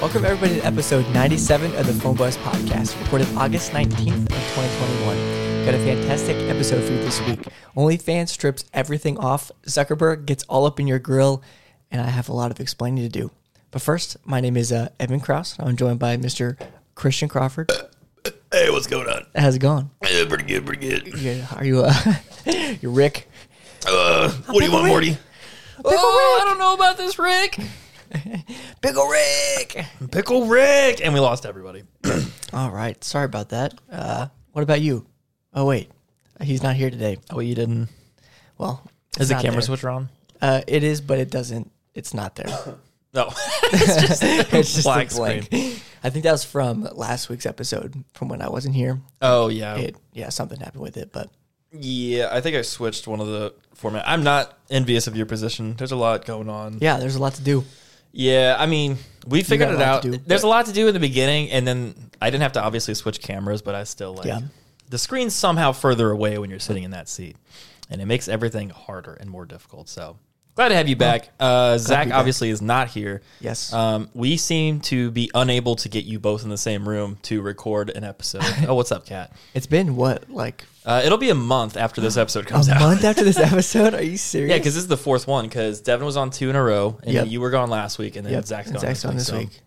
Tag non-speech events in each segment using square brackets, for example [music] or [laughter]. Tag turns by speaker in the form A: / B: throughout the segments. A: Welcome, everybody, to episode 97 of the Phone Buzz Podcast, recorded August 19th of 2021. Got a fantastic episode for you this week. OnlyFans strips everything off, Zuckerberg gets all up in your grill, and I have a lot of explaining to do. But first, my name is uh, Evan Kraus. and I'm joined by Mr. Christian Crawford.
B: Hey, what's going on?
A: How's it going?
B: Yeah, pretty good, pretty good.
A: You- Are you, uh, [laughs] you're Rick?
B: Uh, what do you want, Morty?
A: oh, I don't know about this, Rick. [laughs] Big ol' Rick.
B: Pickle Rick, and we lost everybody.
A: All right. Sorry about that. Uh, what about you? Oh wait, he's not here today.
C: Oh, you didn't.
A: Well, it's
C: Is the
A: not
C: camera
A: there.
C: switcher on?
A: Uh, it is, but it doesn't. It's not
C: [laughs]
A: there. [laughs]
C: No.
A: it's just
C: Black
A: a blank. I think that was from last week's episode, from when I wasn't here.
C: oh yeah.
A: It yeah, something happened with it, but
C: yeah, I think I switched one of the format. I'm not envious of your position. There's a lot going on.
A: yeah, there's a lot to do.
C: Yeah, I mean, we figured
A: got a
C: it
A: lot
C: out.
A: to do,
C: There's
A: but-
C: a lot to do in the beginning, and then I didn't have to obviously switch cameras, but I still like
A: Yeah.
C: the screen's somehow further away when you're sitting in that seat, and it makes everything harder and more difficult. So glad to have you back. Uh, Zach
A: be back.
C: obviously is not here.
A: Yes.
C: um, we seem to be unable to get you both in the same room to record
A: [laughs]
C: an episode. oh, what's up, Kat?
A: It's been what
C: [laughs]
A: like
C: Uh, it'll be a month after this episode
A: [gasps] a
C: comes out.
A: month after
C: [laughs]
A: this episode. Are you serious?
C: Yeah, because this is the fourth one. Because Devin was on two in a row, and
A: Yep.
C: you were gone last week, and then
A: yep,
C: Zach's
A: Zach's
C: gone
A: on this
C: so-
A: week.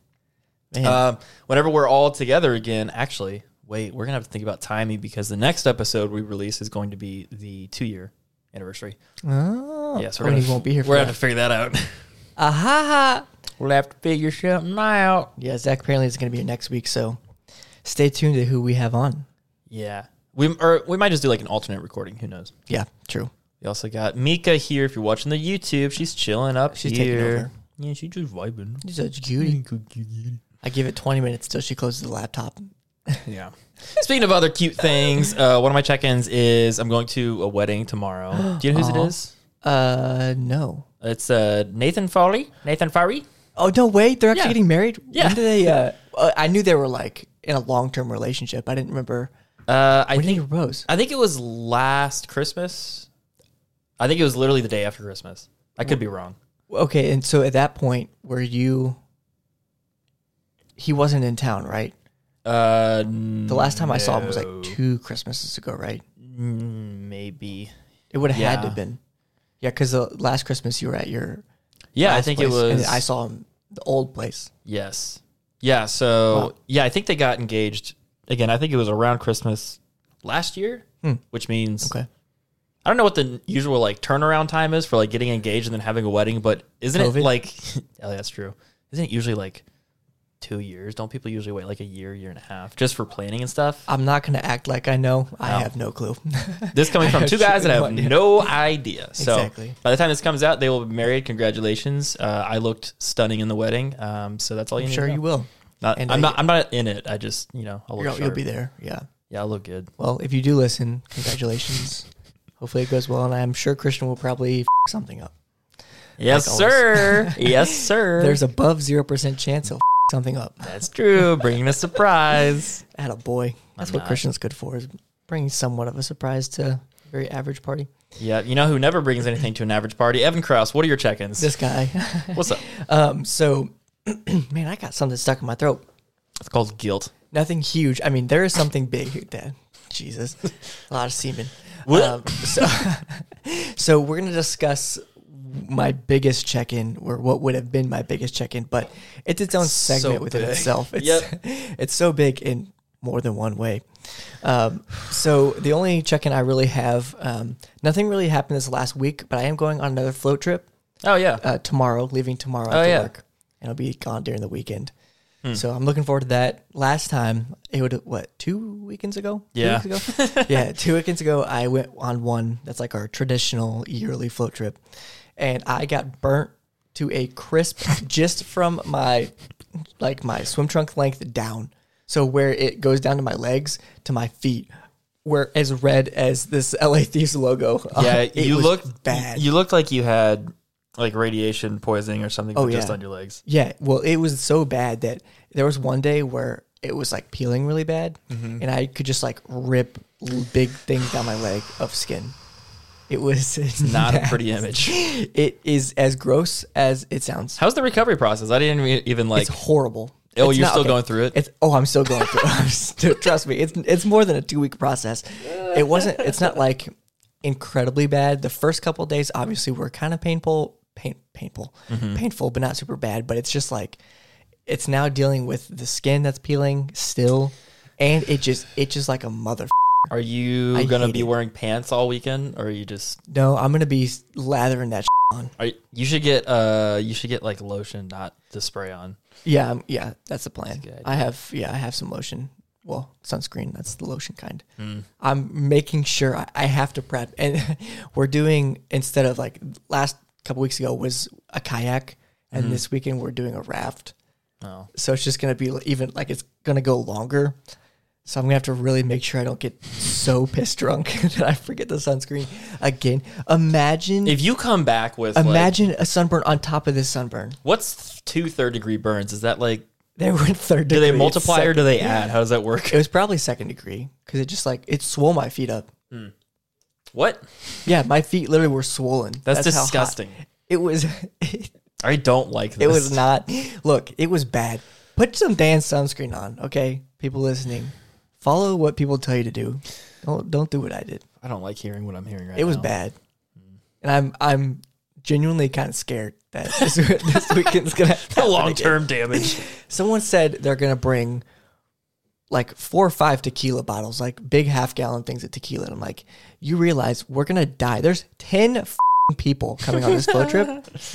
A: Man,
C: Um, whenever we're all together again, actually, wait, we're gonna have to think about timing because the next episode we release is going to be the two year anniversary.
A: oh,
C: Yes,
A: oh,
C: gonna
A: he won't be here. For
C: We're
A: that.
C: gonna have to figure that out.
A: Ah, ha, ha.
C: we'll have to figure something out.
A: Yeah, Zach apparently is going to be here next week, so stay tuned to who we have on.
C: Yeah, we or we might just do like an alternate recording. Who knows?
A: Yeah, true.
C: We also got Mika here. If you're watching the YouTube, she's chilling up
A: She's
C: here.
A: taking over.
C: Yeah, she's just vibing.
A: She's such a cutie. I give it 20 minutes till she closes the laptop.
C: Yeah. [laughs] Speaking of other cute things, uh, one of my check-ins is I'm going to a wedding tomorrow. Do you know
A: [gasps] Oh.
C: whose it is?
A: Uh, no.
C: It's uh, Nathan Foley. Nathan Farry.
A: Oh, no, wait. They're actually
C: Yeah.
A: getting married?
C: Yeah.
A: When do they, uh, uh, I knew they were like in a long term relationship. I didn't remember.
C: Uh, I
A: When did
C: think
A: he propose?
C: I think it was last Christmas. I think it was literally the day after Christmas. I could be wrong.
A: Okay, and so at that point, were you. He wasn't in town, right?
C: Uh,
A: The last time I saw him was like two Christmases ago, right?
C: maybe.
A: It would have had to
C: Yeah.
A: have been. Yeah, because the last Christmas you were at your
C: Yeah, I
A: last
C: think it
A: place,
C: was.
A: And I saw him the old place.
C: Yes. Yeah. So
A: Wow.
C: yeah, I think they got engaged again. I think it was around Christmas last year, which means
A: Hmm. Okay.
C: I don't know what the usual like turnaround time is for like getting engaged and then having a wedding, but isn't
A: COVID?
C: it like? [laughs] oh, that's true. Isn't it usually like two years? Don't people usually wait like a year, year and a half just for planning and stuff?
A: I'm not gonna act like I know. I have no clue. [laughs]
C: This coming from
A: have
C: two guys that
A: no
C: have
A: idea.
C: no idea. So
A: Exactly.
C: by the time this comes out, they will be married. Congratulations! Uh, I looked stunning in the wedding. Um, so that's all you
A: I'm
C: need.
A: sure
C: to know.
A: you will.
C: Not,
A: And
C: I'm
A: I-
C: not. I'm not in it. I just, you know, I'll look
A: You'll, you'll
C: sharp.
A: be there. Yeah.
C: Yeah, I'll look good.
A: Well, if you do listen, congratulations. Hopefully it goes well, and I'm sure Christian will probably f- something up.
C: Yes,
A: always. [laughs]
C: sir. yes, sir.
A: There's above zero percent chance he'll f- something up.
C: That's true. Bringing a surprise.
A: At a boy, that's
C: I'm
A: what
C: not.
A: Christian's good for is bringing somewhat of a surprise to a very average party.
C: yeah, you know who never brings anything to an average party? Evan Kraus. What are your check-ins?
A: This guy.
C: What's up?
A: um. So, [clears throat] man, I got something stuck in my throat.
C: It's called guilt.
A: Nothing huge. I mean, there is something big. Dad. Jesus, a lot of semen. Um,
C: What?
A: so, [laughs] so we're gonna discuss my biggest check-in, or what would have been my biggest check-in, but it's its own
C: So
A: segment within
C: big.
A: itself. It's, [laughs] it's so big in more than one way. Um, so the only check-in I really have, um, nothing really happened this last week, but I am going on another float trip [laughs]
C: Oh yeah.
A: uh, tomorrow, leaving tomorrow
C: Oh,
A: after
C: yeah. Hmm.
A: work, and I'll be gone during the weekend. So I'm looking forward to that. Last time it would what two weekends ago? Two
C: Yeah.
A: weeks ago? [laughs] yeah, two weekends ago I went on one that's like our traditional yearly float trip, and I got burnt to a crisp [laughs] just from my like my swim trunk length down. So where it goes down to my legs to my feet were as red as this [laughs] LA Thieves logo.
C: yeah,
A: [laughs] It
C: you
A: was
C: looked
A: bad.
C: You looked like you had like radiation poisoning or something, but just
A: Oh, yeah.
C: on your legs.
A: Yeah, well, it was so bad that there was one day where it was like peeling really bad,
C: Mm-hmm.
A: and I could just like rip l- big things down my leg of skin. It was [laughs]
C: Not a pretty image.
A: It is as gross as it sounds.
C: How's the recovery process? I didn't re- even like.
A: It's horrible.
C: Oh,
A: It's
C: you're
A: not-
C: still
A: okay.
C: going through it.
A: It's oh, I'm still going through. [laughs] it. I'm still- trust me, it's it's more than a two week process. It wasn't. It's not like incredibly bad. The first couple of days obviously were kind of painful, pain, painful, painful, but not super bad. But it's just like it's now dealing with the skin that's peeling still, and it just it just like a mother.
C: Are you
A: I
C: gonna
A: hate
C: be
A: it.
C: wearing pants all weekend, or are you just?
A: No, I'm gonna be lathering that on.
C: Are you, you should get uh you should get like lotion, not to spray on.
A: Yeah, um, yeah, that's the plan.
C: good idea.
A: I have yeah, I have some lotion. Well, sunscreen. That's the lotion kind.
C: Hmm.
A: I'm making sure I, I have to prep, and [laughs] we're doing instead of like last couple weeks ago was a kayak, and
C: Mm-hmm.
A: this weekend we're doing a raft.
C: Oh.
A: So it's just gonna be li- even like it's gonna go longer. So I'm gonna have to really make sure I don't get so [laughs] piss drunk that I forget the sunscreen again. Imagine,
C: If you come back with like,
A: imagine a sunburn on top of this sunburn.
C: What's two third degree burns? Is that like
A: They were third.
C: do they
A: degree,
C: multiply or
A: second-
C: do they add? How does that work?
A: It was probably second degree because it just like it swole my feet up.
C: What?
A: Yeah, my feet literally were swollen.
C: That's,
A: how hot-
C: disgusting.
A: It was, [laughs] it,
C: I don't like this.
A: was not. Look, it was bad. Put some damn sunscreen on, okay, people listening. Follow what people tell you to do. Don't don't do what I did.
C: I don't like hearing what I'm hearing right now.
A: It was
C: [laughs]
A: bad, and I'm I'm genuinely kind of scared that this, [laughs] this weekend's gonna
B: [laughs] The
A: happen
B: long
A: again. [laughs]
B: term damage.
A: Someone said they're gonna bring like four or five tequila bottles, like big half gallon things of tequila. And I'm like, you realize we're gonna die. There's ten f***ing people coming on this boat
C: [laughs]
A: trip,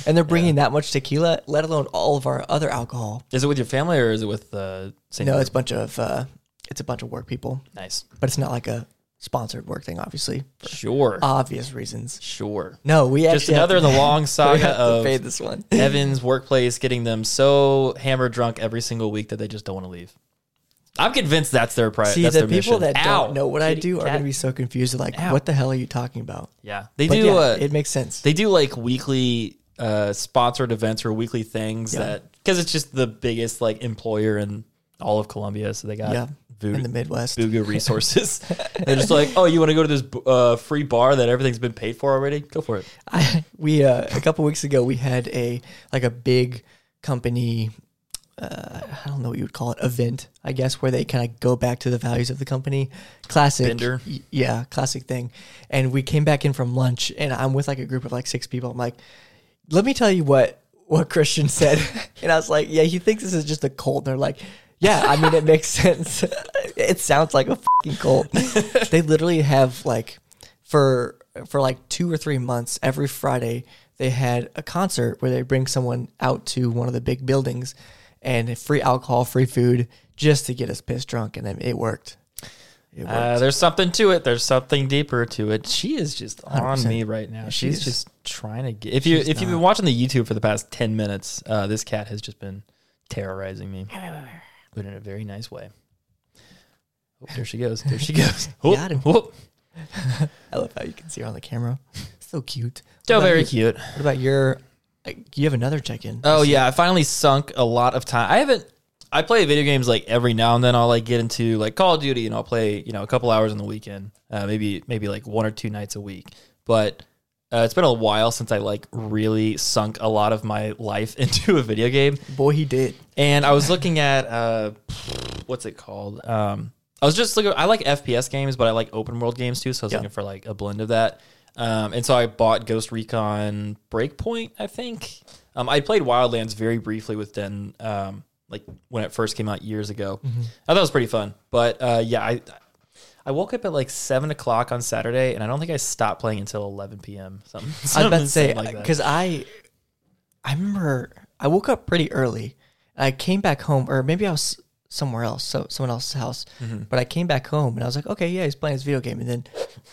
A: and they're bringing that much tequila, let alone all of our other alcohol.
C: Is it with your family or is it with uh, St.
A: No,
C: Louis?
A: it's a bunch of uh, it's a bunch of work people,
C: nice.
A: but it's not like a sponsored work thing, obviously, for
C: Sure.
A: obvious reasons.
C: sure.
A: No, we actually
C: Just another in
A: have to,
C: the
A: [laughs]
C: long
A: we
C: saga
A: have to pay
C: of
A: this [laughs] one.
C: Evan's workplace getting them so hammered drunk every single week that they just don't want to leave. I'm convinced that's their priority.
A: See,
C: that's
A: the
C: their
A: people
C: mission.
A: that
C: Ow.
A: don't know what I
C: Kitty
A: do are
C: cat.
A: gonna be so confused. They're like,
C: Ow.
A: what the hell are you talking about?
C: Yeah, they
A: But
C: do.
A: yeah,
C: uh,
A: it makes sense.
C: They do like weekly uh, sponsored events or weekly things that because it's just the biggest like employer in all of Colombia, so they got
A: yeah,
C: voo-
A: in the Midwest. [laughs]
C: Booga resources. [laughs] They're just like, oh, you want to go to this uh, free bar that everything's been paid for already? Go for it.
A: I, we uh, a couple weeks ago we had a like a big company. Uh, I don't know what you would call it event, I guess, where they kind of go back to the values of the company. Classic,
C: Bender.
A: y- yeah, classic thing. And we came back in from lunch, and I'm with like a group of like six people. I'm like, let me tell you what what Christian said, [laughs] and I was like, yeah, he thinks this is just a cult. And they're like, yeah, I mean, it makes [laughs] sense. it sounds like a fucking
C: [laughs]
A: cult. they literally have like for for like two or three months every Friday they had a concert where they bring someone out to one of the big buildings and free alcohol, free food, just to get us pissed drunk, and then it worked. It worked.
C: Uh, there's something to it. There's something deeper to it. She is just on
A: 100%.
C: me right now.
A: She
C: She's
A: is.
C: just trying to get. If you if you've been watching the YouTube for the past ten minutes, uh, this cat has just been terrorizing me, but in a very nice way. Oh, there she goes. There she goes.
A: [laughs]
C: Whoop,
A: Got him.
C: whoop.
A: I love how you can see her on the camera. [laughs] So cute.
C: So
A: What about
C: very
A: you-
C: cute.
A: What about your? Like, you have another check-in.
C: Oh yeah, I finally sunk a lot of time. I haven't. I play video games like every now and then. I'll like get into like Call of Duty and I'll play you know a couple hours on the weekend, uh, maybe maybe like one or two nights a week. But uh, it's been a while since I like really sunk a lot of my life [laughs] into a video game.
A: boy, he did.
C: And I was looking at uh, what's it called? Um, I was just looking. I like FPS games, but I like open world games too. So I was looking for like a blend of that. Um, and so I bought Ghost Recon Breakpoint. I think um, I played Wildlands very briefly with Den, um, like when it first came out years ago.
A: Mm-hmm.
C: I thought it was pretty fun. But uh, yeah, I I woke up at like seven o'clock on Saturday, and I don't think I stopped playing until eleven p.m.
A: [laughs]
C: Something.
A: I was about to
C: something
A: say uh,
C: like that.
A: because I, I remember I woke up pretty early. I came back home, or maybe I was somewhere else, so someone else's house.
C: Mm-hmm.
A: But I came back home and I was like, okay, yeah, he's playing his video game. And then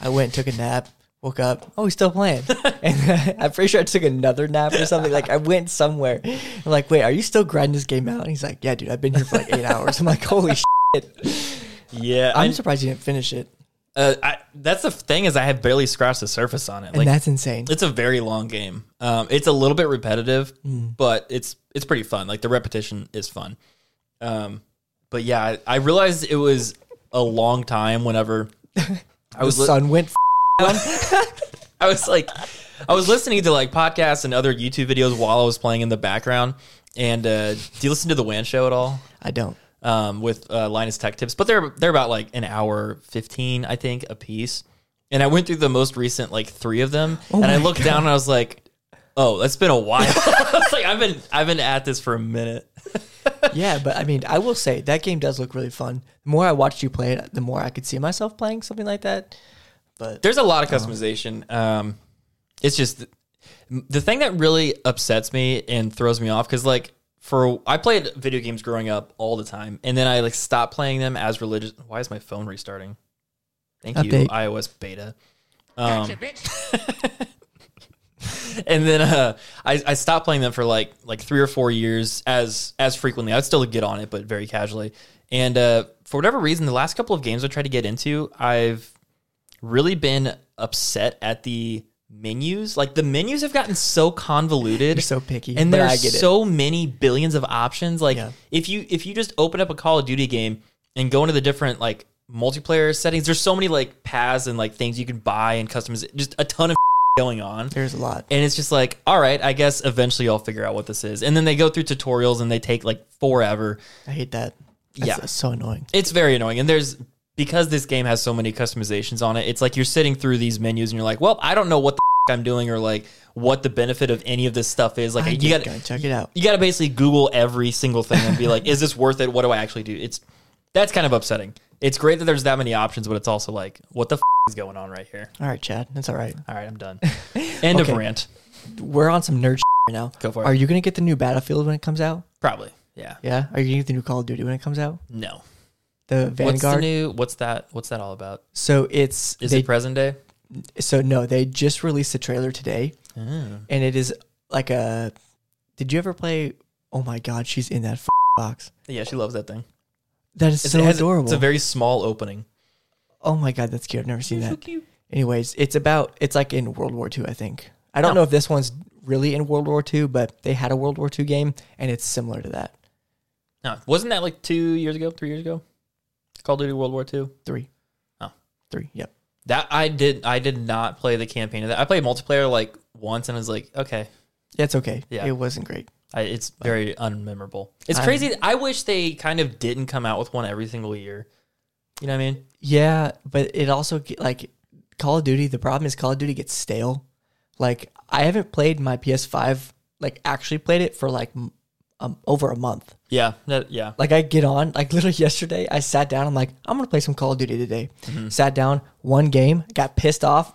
A: I went, took a nap, woke up. Oh, he's still
C: [laughs]
A: playing. and [laughs] I'm pretty sure I took another nap or something. Like I went somewhere. I'm like, wait, are you still grinding this game out? And he's like, yeah, dude, I've been here for like eight hours. I'm like,
C: [laughs]
A: holy shit!
C: yeah,
A: I'm
C: I-
A: surprised you didn't finish it.
C: Uh, I, that's the thing is I have barely scratched the surface on it.
A: And
C: Like
A: that's insane.
C: it's a very long game. Um, it's a little bit repetitive,
A: Hmm.
C: but it's it's pretty fun. Like the repetition is fun. Um, but yeah, I, I realized it was a long time. Whenever
A: [laughs]
C: I was
A: The
C: li-
A: sun went. F-
C: I was like, I was listening to like podcasts and other YouTube videos while I was playing in the background, And uh, do you listen to the WAN show at all?
A: I don't.
C: um, with uh, Linus Tech Tips, but they're they're about like an hour fifteen, I think, a piece. And I went through the most recent like three of them, and I looked down and I was like, "Oh, that's been a while." [laughs] I was like, "I've been I've been at this for a minute."
A: Yeah, but I mean, I will say that game does look really fun. The more I watched you play it, the more I could see myself playing something like that. But
C: There's a lot of customization. Um, it's just the thing that really upsets me and throws me off because like for I played video games growing up all the time, and then I like stopped playing them as religious. Why is my phone restarting? Thank you,
A: Update.
C: iOS beta. Um, [laughs] and then uh, I, I stopped playing them for like like three or four years as as frequently. I'd still get on it, but very casually. And uh, for whatever reason, the last couple of games I tried to get into, I've really been upset at the menus. Like the menus have gotten so convoluted,
A: You're so picky,
C: and
A: but
C: there's
A: I get it.
C: so many billions of options. Like
A: Yeah.
C: if you if you just open up a Call of Duty game and go into the different like multiplayer settings, there's so many like paths and like things you can buy and customize. Just a ton of [laughs] going on.
A: there's a lot.
C: And it's just like, all right, I guess eventually I'll figure out what this is. And then they go through tutorials and they take like forever.
A: I hate that. That's,
C: Yeah.
A: that's so annoying.
C: It's very annoying. And there's because this game has so many customizations on it, it's like you're sitting through these menus and you're like, well, I don't know what the [laughs] f- I'm doing or like what the benefit of any of this stuff is. Like
A: I
C: you got
A: gotta check it out.
C: you got to basically Google every single thing and be like, is this worth it? What do I actually do? It's that's kind of upsetting. It's great that there's that many options, but it's also like, what the [laughs] f- is going on right here?
A: All right, Chad, that's all right.
C: All right,
A: [laughs]
C: I'm done. End
A: Okay.
C: of rant.
A: We're on some nerd shit right now.
C: Go for it.
A: Are you gonna get the new Battlefield when it comes out?
C: Probably. Yeah.
A: Yeah. Are you gonna get the new Call of Duty when it comes out?
C: No.
A: The
C: What's
A: Vanguard.
C: the new? What's that? What's that all about?
A: so it's
C: Is
A: they,
C: it present day?
A: so no, they just released the trailer today, and it is like a. Did you ever play? Oh my God, she's in that f- box.
C: Yeah, she loves that thing.
A: That is
C: It's,
A: so
C: it has-
A: adorable.
C: It's a very small opening.
A: oh my God, that's cute. I've never seen that.
C: cute.
A: Anyways, it's about it's like in World War II, I think. I don't
C: No.
A: know if this one's really in World War II, but they had a World War II game, and it's similar to that.
C: No, wasn't that like two years ago, three years ago? Call of Duty World War Two.
A: Three.
C: Oh.
A: Three. Yep.
C: That I did. I did not play the campaign of that. I played multiplayer like once, and I was like, okay,
A: Yeah, it's okay.
C: Yeah.
A: It wasn't great.
C: I, it's very unmemorable. It's
A: I'm-
C: crazy. I wish they kind of didn't come out with one every single year. You know what I mean?
A: Yeah, but it also ge- like Call of Duty. The problem is Call of Duty gets stale. Like I haven't played my PS5, like actually played it for like m- um, over a month.
C: Yeah. That, yeah.
A: Like I get on, like [laughs] literally yesterday, I sat down. I'm like, I'm gonna play some Call of Duty today. Sat down, one game, got pissed off.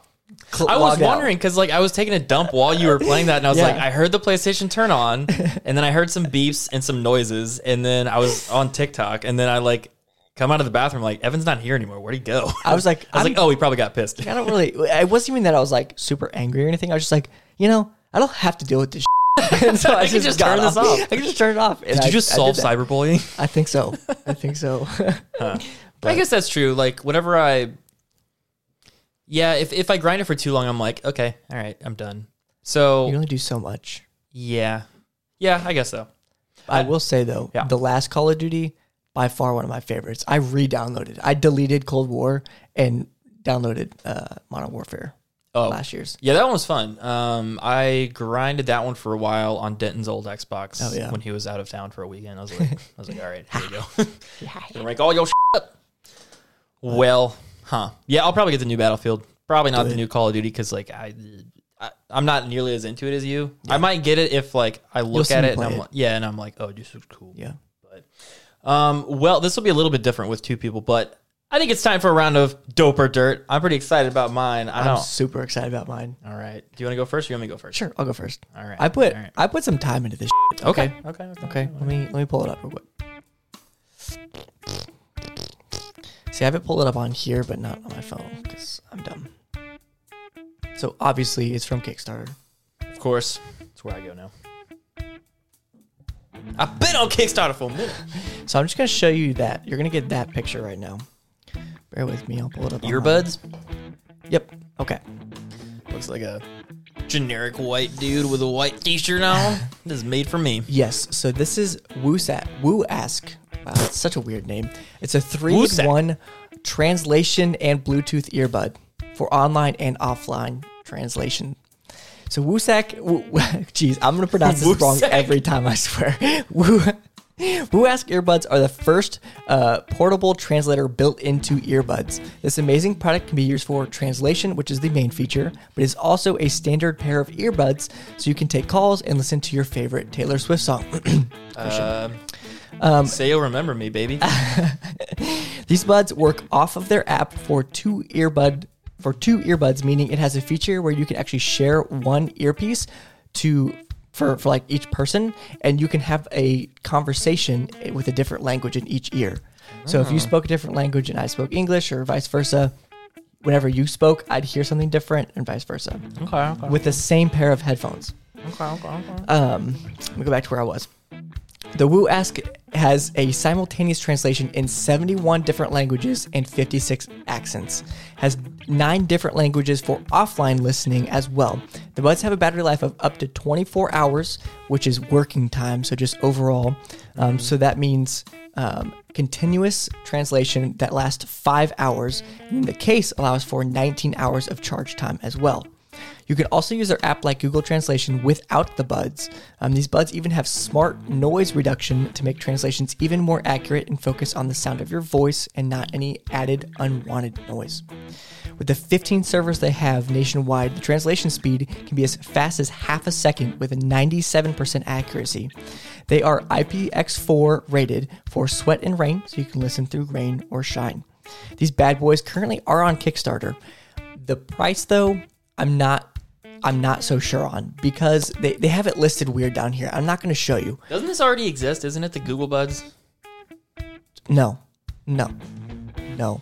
A: cl-
C: Mm-hmm. I was
A: logged out.
C: wondering because like I was taking a dump while you were playing that, and I
A: [laughs]
C: was
A: Yeah.
C: like, I heard the PlayStation turn on, and then I heard some beeps and some noises, and then I was on TikTok, and then I like come out of the bathroom like Evan's not here anymore. Where'd he go?
A: I was like,
C: [laughs] I
A: I'm-
C: was like, oh, he probably got pissed.
A: I don't really. I wasn't even that I was like super angry or anything. I was just like, you know, I don't have to deal with this. shit. [laughs] and
C: [laughs]
A: so I,
C: can just
A: got
C: turn this
A: [laughs]
C: off.
A: I can just turn it off.
C: Did you just solve
A: I,
C: cyberbullying?
A: I think so. I
C: [laughs]
A: think so.
C: I guess that's true. Like whenever I, yeah, if if I grind it for too long, I'm like, okay, all right, I'm done.
A: you
C: So
A: only do so much.
C: yeah, yeah, I guess so.
A: I will say though,
C: Yeah.
A: the last Call of Duty by far one of my favorites. I re-downloaded. I deleted Cold War and downloaded uh, Modern Warfare
C: Oh.
A: last year's.
C: Yeah, that one was fun. Um, I grinded that one for a while on Denton's old Xbox
A: Oh, yeah.
C: when he was out of town for a weekend. I was like, I was like, all right, here we go.
A: [laughs]
C: [laughs] Gonna rank all your shit up. Well, huh? Yeah, I'll probably get the new Battlefield. Probably not the new Call of Duty because like I, I, I'm not nearly as into it as you. I might get it if like I look
A: see
C: at
A: me
C: it and
A: play
C: I'm
A: it.
C: like, yeah, and I'm like, oh, this is cool.
A: Yeah.
C: Um, well, this will be a little bit different with two people, but I think it's time for a round of dope or dirt. I'm pretty excited about mine. I
A: I'm
C: don't.
A: super excited about mine.
C: All right. Do you want to go first? Or you want me to go first?
A: Sure, I'll go first.
C: All right.
A: I put
C: All right.
A: I put some time into this. shit,
C: Okay. Okay.
A: Okay, let me let me pull it up real quick. See, I have it pulled up on here, but not on my phone because I'm dumb. So obviously, it's from Kickstarter.
C: Of course. That's where I go now. I've been on Kickstarter for a minute.
A: So I'm just gonna show you that. You're gonna get that picture right now. Bear with me. I'll pull it up. on my-
C: Earbuds?
A: Yep. Okay.
C: Looks like a generic white dude with a white t shirt on. [laughs] this is made for me.
A: Yes. So this is Woosat. Woo Ask. Wow, that's such a weird name. It's a
C: Woosack.
A: three-in-one translation and Bluetooth earbud for online and offline translation. So Wusak, Wu- [laughs] jeez, I'm gonna pronounce this wrong
C: Wusak.
A: every time. I swear. [laughs] Wu. Wuask earbuds are the first uh, portable translator built into earbuds. This amazing product can be used for translation, which is the main feature, but is also a standard pair of earbuds so you can take calls and listen to your favorite Taylor Swift song.
C: um, say you'll remember
A: [laughs]
C: me, baby.
A: These buds work off of their app for two earbud for two earbuds, meaning it has a feature where you can actually share one earpiece to for, for like each person, and you can have a conversation with a different language in each ear. So if you
C: Hmm.
A: spoke a different language and I spoke English, or vice versa, whenever you spoke, I'd hear something different, and vice versa,
C: okay, okay,
A: with the same pair of headphones
C: okay, okay, okay.
A: um, let me go back to where I was. The Wu Ask has a simultaneous translation in 71 different languages and 56 accents. Has nine different languages for offline listening as well. The buds have a battery life of up to 24 hours, which is working time. So just overall, um, so that means um, continuous translation that lasts five hours. And the case allows for 19 hours of charge time as well. You can also use their app like Google Translation without the buds. Um, these buds even have smart noise reduction to make translations even more accurate and focus on the sound of your voice and not any added unwanted noise. With the 15 servers they have nationwide, the translation speed can be as fast as half a second with a 97% accuracy. They are IPX4 rated for sweat and rain, so you can listen through rain or shine. These bad boys currently are on Kickstarter. The price though, I'm not I'm not so sure on because they, they have it listed weird down here. I'm not gonna show you.
C: Doesn't this already exist? Isn't it the Google Buds?
A: No. No. No.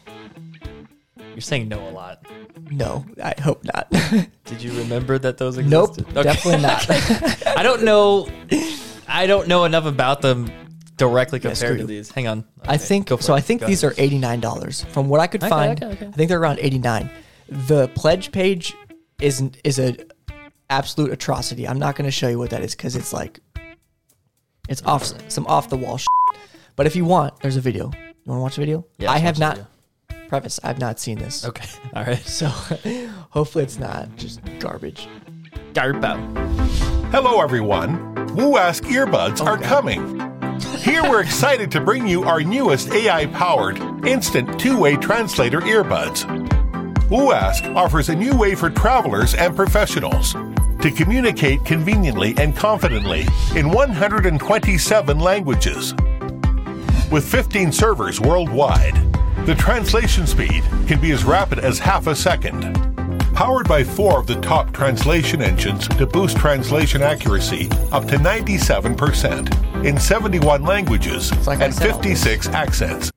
C: You're saying no a lot.
A: No. I hope not. [laughs]
C: Did you remember that those
A: nope.
C: existed? Okay.
A: Definitely not.
C: I don't know. I don't know enough about them directly compared
A: screw
C: to
A: you.
C: these. Hang on.
A: I think
C: go for
A: so.
C: it.
A: I think
C: Go
A: these are eighty nine dollars from what I could find.
C: okay, okay.
A: I think they're around eighty nine. The pledge page isn't is a absolute atrocity. I'm not going to show you what that is because it's like it's off some off the wall. Shit. But if you want, there's a video. You want to watch a video?
C: Yeah,
A: I
C: let's
A: have not.
C: watch the
A: Preface: I've not seen this,
C: Okay. All right.
A: [laughs] so hopefully it's not just garbage.
C: Garbo.
D: Hello, everyone. Woo Ask earbuds are coming. Here we're excited to bring you our newest AI powered instant two way translator earbuds. Woo Ask offers a new way for travelers and professionals to communicate conveniently and confidently in 127 languages. With 15 servers worldwide, the translation speed can be as rapid as half a second. Powered by four of the top translation engines to boost translation accuracy up to 97% in 71 languages
A: like I
D: and
A: said all this.
D: 56 accents.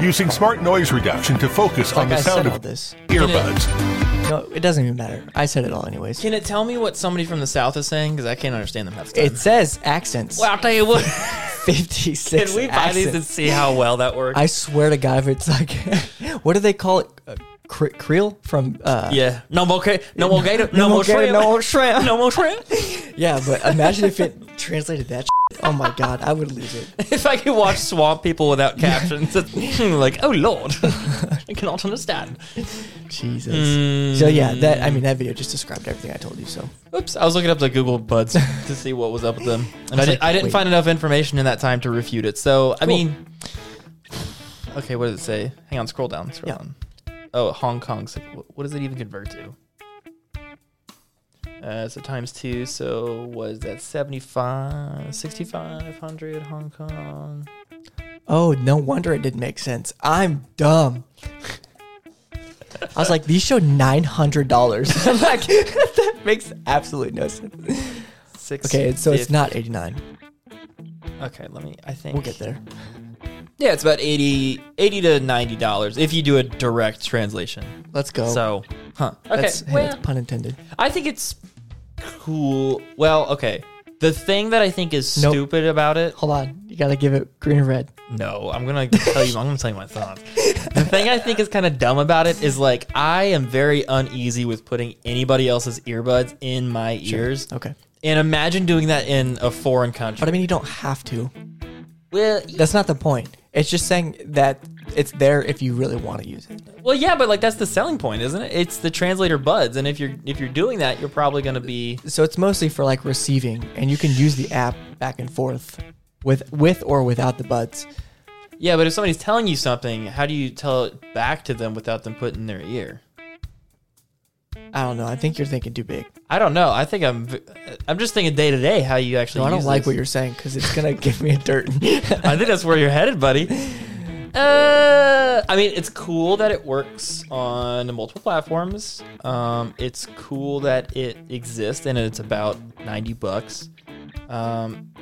D: Using smart noise reduction to focus
A: Like
D: on the
A: I said
D: sound
A: all
D: of
A: this.
D: earbuds.
A: No, it doesn't even matter. I said it all anyways.
C: Can it tell me what somebody from the South is saying? Because I can't understand them half the time.
A: It says accents.
C: well, I'll tell you [laughs] what.
A: fifty six.
C: Can we buy these and see how well that works?
A: I swear to God, if it's like, [laughs] what do they call it? Uh, cre- creel from? Uh,
C: [laughs] yeah. No more. Ca- no more gator. No, more
A: gator,
C: [laughs] shrimp.
A: no more shrimp.
C: No more shrimp. [laughs]
A: yeah, but imagine if it translated that. Shit. Oh my God, I would lose it. [laughs]
C: if I could watch Swamp People without captions, it's [laughs] like, oh lord, I cannot understand.
A: Jesus.
C: Mm.
A: So yeah, that I mean that video just described everything I told you. So
C: Oops, I was looking up the
A: [laughs]
C: Google Buds to see what was up with them, and I,
A: was
C: did,
A: like,
C: I didn't
A: wait.
C: find enough information in that time to refute it. So I mean, okay, what does it say? Hang on, scroll down, scroll
A: Yeah.
C: down. Oh, Hong Kong. So wh- what does it even convert to? Uh, so times two. So was that 75, 6,500
A: [laughs]
C: Hong Kong? [laughs]
A: oh no wonder it didn't make sense. I'm dumb. I was like, these show nine hundred dollars. [laughs] I'm like, that makes absolutely no sense.
C: Six.
A: Okay, so it's not eighty nine.
C: Okay, let me. I think
A: We'll get there.
C: Yeah, it's about 80, 80 to ninety dollars if you do a direct translation.
A: Let's go.
C: So, huh? Okay.
A: that's, hey, that's pun intended.
C: I think it's cool. Well, okay. The thing that I think is
A: Nope.
C: stupid about it.
A: Hold on, you gotta give it green and red.
C: No, I'm gonna tell you. I'm gonna tell you my thoughts. The thing I think is kind of dumb about it is like I am very uneasy with putting anybody else's earbuds in my ears.
A: Okay,
C: And imagine doing that in a foreign country.
A: but I mean you don't have to.
C: well,
A: That's not the point. It's just saying that it's there if you really want to use it.
C: Well, yeah, but like that's the selling point, isn't it? It's the translator buds, and if you're if you're doing that, you're probably going to be
A: So it's mostly for like receiving, and you can use the app back and forth with with or without the buds.
C: yeah. But if somebody's telling you something, how do you tell it back to them without them putting in their ear?
A: I don't know. I think you're thinking too big.
C: I don't know. I think I'm v- I'm just thinking day to day how you actually.
A: No, I don't
C: use
A: like
C: this.
A: what you're saying because it's gonna give me a dirt. [laughs]
C: I think that's where you're headed, buddy. Uh, I mean, it's cool that it works on multiple platforms. Um, it's cool that it exists and it's about 90 bucks. Um,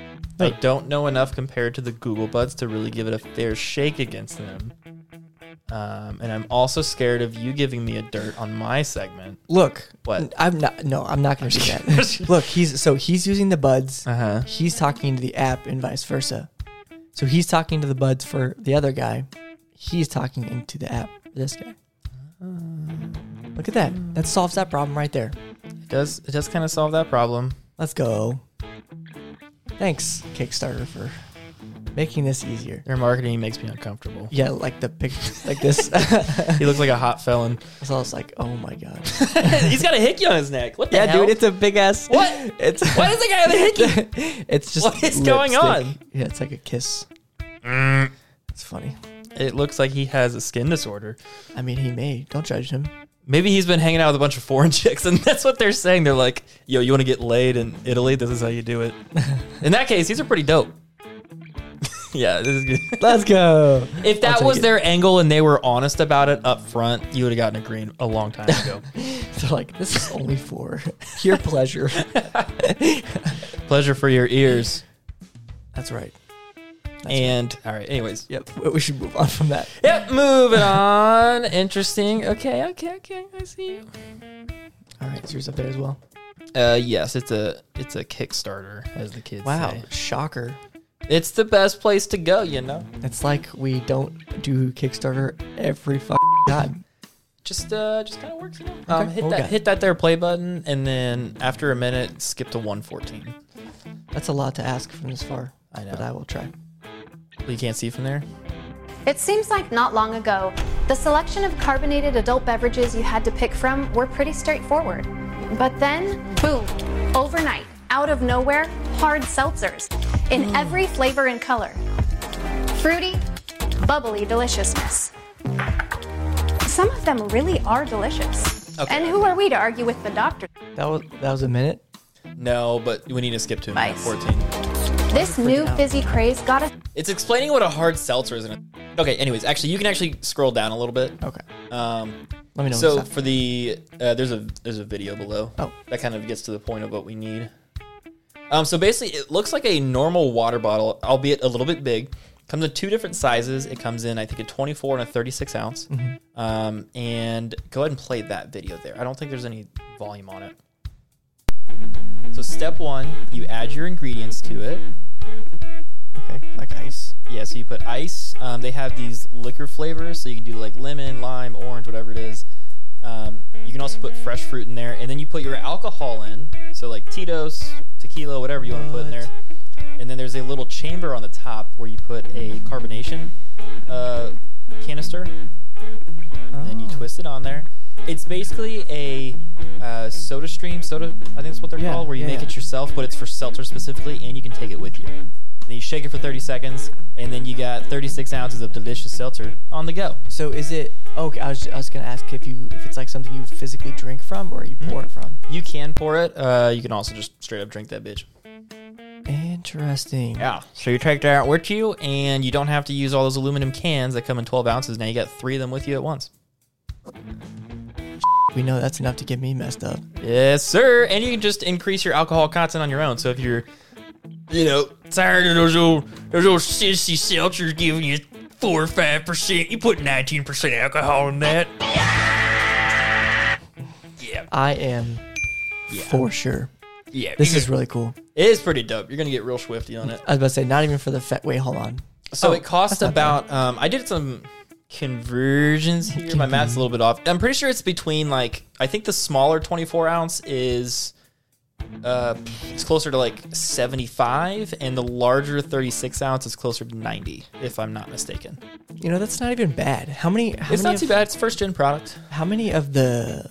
C: I don't know enough compared to the Google Buds to really give it a fair shake against them. Um, and I'm also scared of you giving me a dirt on my segment.
A: Look,
C: What?
A: I'm not. No, I'm not gonna do that.
C: [laughs]
A: Look, he's so he's using the buds.
C: huh.
A: He's talking to the app and vice versa. So he's talking to the buds for the other guy. He's talking into the app for this guy.
C: Uh,
A: Look at that. That solves that problem right there.
C: It does it does kind of solve that problem?
A: Let's go. Thanks, Kickstarter, for making this easier.
C: Your marketing makes me uncomfortable.
A: Yeah, like the pic, like this. [laughs]
C: He looks like a hot felon.
A: so I was like, oh my god.
C: [laughs] He's got a hickey on his neck. What the
A: Yeah,
C: hell?
A: dude, it's a big ass.
C: What?
A: [laughs] It's
C: Why does the guy have a hickey?
A: [laughs] it's just
C: What is going on?
A: Yeah, it's like a kiss. It's funny.
C: It looks like he has a skin disorder.
A: I mean, he may. Don't judge him.
C: Maybe he's been hanging out with a bunch of foreign [laughs] chicks, and that's what they're saying. They're like, "Yo, you want to get laid in Italy? This is how you [laughs] do it." In that case, these are pretty dope. [laughs] yeah, this is good.
A: Let's go.
C: If
A: I'll
C: that
A: take
C: was
A: it.
C: their angle and they were honest about it up front, you would have gotten a green a long [laughs] time ago.
A: [laughs] They're like, this is only for [laughs] your pleasure.
C: Pleasure for your ears.
A: That's right.
C: and all right, anyways.
A: Yep. we- We should move on from that.
C: Yep, [laughs] moving on. Interesting. Okay, okay, okay. I see you.
A: All right, so yours up there as well.
C: Uh, yes, it's a it's a Kickstarter, as the kids
A: Wow,
C: say.
A: shocker.
C: It's the best place to go, you know.
A: It's like we don't do Kickstarter every fucking [laughs] time.
C: Just uh, just kind of works. You know? um,
A: Okay.
C: hit
A: Okay.
C: that hit that there play button, and then after a minute, skip to one fourteen.
A: That's a lot to ask from this far.
C: I know.
A: But I will try.
C: You can't see from there.
E: It seems like not long ago, the selection of carbonated adult beverages you had to pick from were pretty straightforward. But then, boom, overnight, out of nowhere, hard seltzers in every flavor and color. Fruity, bubbly deliciousness. Some of them really are delicious.
C: Okay.
E: And who are we to argue with the doctor?
A: That was that was a minute.
C: No, but we need to skip to minute
E: Nice.
C: fourteen.
E: This new fizzy craze got us
C: It's explaining what a hard seltzer is. In a- okay, anyways, actually, you can actually scroll down a little bit.
A: Okay.
C: Um,
A: Let me know.
C: so
A: when it's up.
C: for the uh, there's a there's a video below.
A: Oh.
C: that kind of gets to the point of what we need. Um, so basically, it looks like a normal water bottle, albeit a little bit big. Comes in two different sizes. It comes in, I think, a 24 and a 36 ounce.
A: Mm-hmm.
C: Um, and go ahead and play that video there. I don't think there's any volume on it. So step one, you add your ingredients to it.
A: okay, like ice.
C: Yeah, so you put ice. Um, they have these liquor flavors, so you can do like lemon, lime, orange, whatever it is. Um, you can also put fresh fruit in there, and then you put your alcohol in, so like Tito's, tequila, whatever you want to put in there. And then there's a little chamber on the top where you put a carbonation uh, canister, and then you twist it on there. It's basically a uh, soda stream, soda, I think that's what they're
A: Yeah,
C: called, where you
A: yeah,
C: make
A: yeah.
C: it yourself, but it's for seltzer specifically, and you can take it with you. Then you shake it for 30 seconds, and then you got 36 ounces of delicious seltzer on the go.
A: So is it okay? I was, I was gonna ask if you if it's like something you physically drink from or you pour it from.
C: You can pour it. Uh, you can also just straight up drink that bitch.
A: Interesting.
C: Yeah. So you take that with you, and you don't have to use all those aluminum cans that come in 12 ounces. Now you got three of them with you at once.
A: We know that's enough to get me messed up.
C: Yes, sir. And you can just increase your alcohol content on your own. So if you're, you know, tired of those old those old sissy seltzers giving you four or five percent, you put nineteen percent alcohol in that.
A: I am for sure.
C: Yeah,
A: This
C: you
A: is
C: can-
A: really cool.
C: it is pretty dope. You're gonna get real swifty on it.
A: I was about to say not even for the fat. Wait, hold on.
C: So it costs about. Um, I did some conversions here. My math's a little bit off. I'm pretty sure it's between like I think the smaller 24 ounce is uh, it's closer to like 75, and the larger 36 ounce is closer to 90, if I'm not mistaken.
A: You know, that's not even bad. How many? How
C: It's
A: many
C: not
A: of,
C: too bad. It's a first gen product.
A: How many of the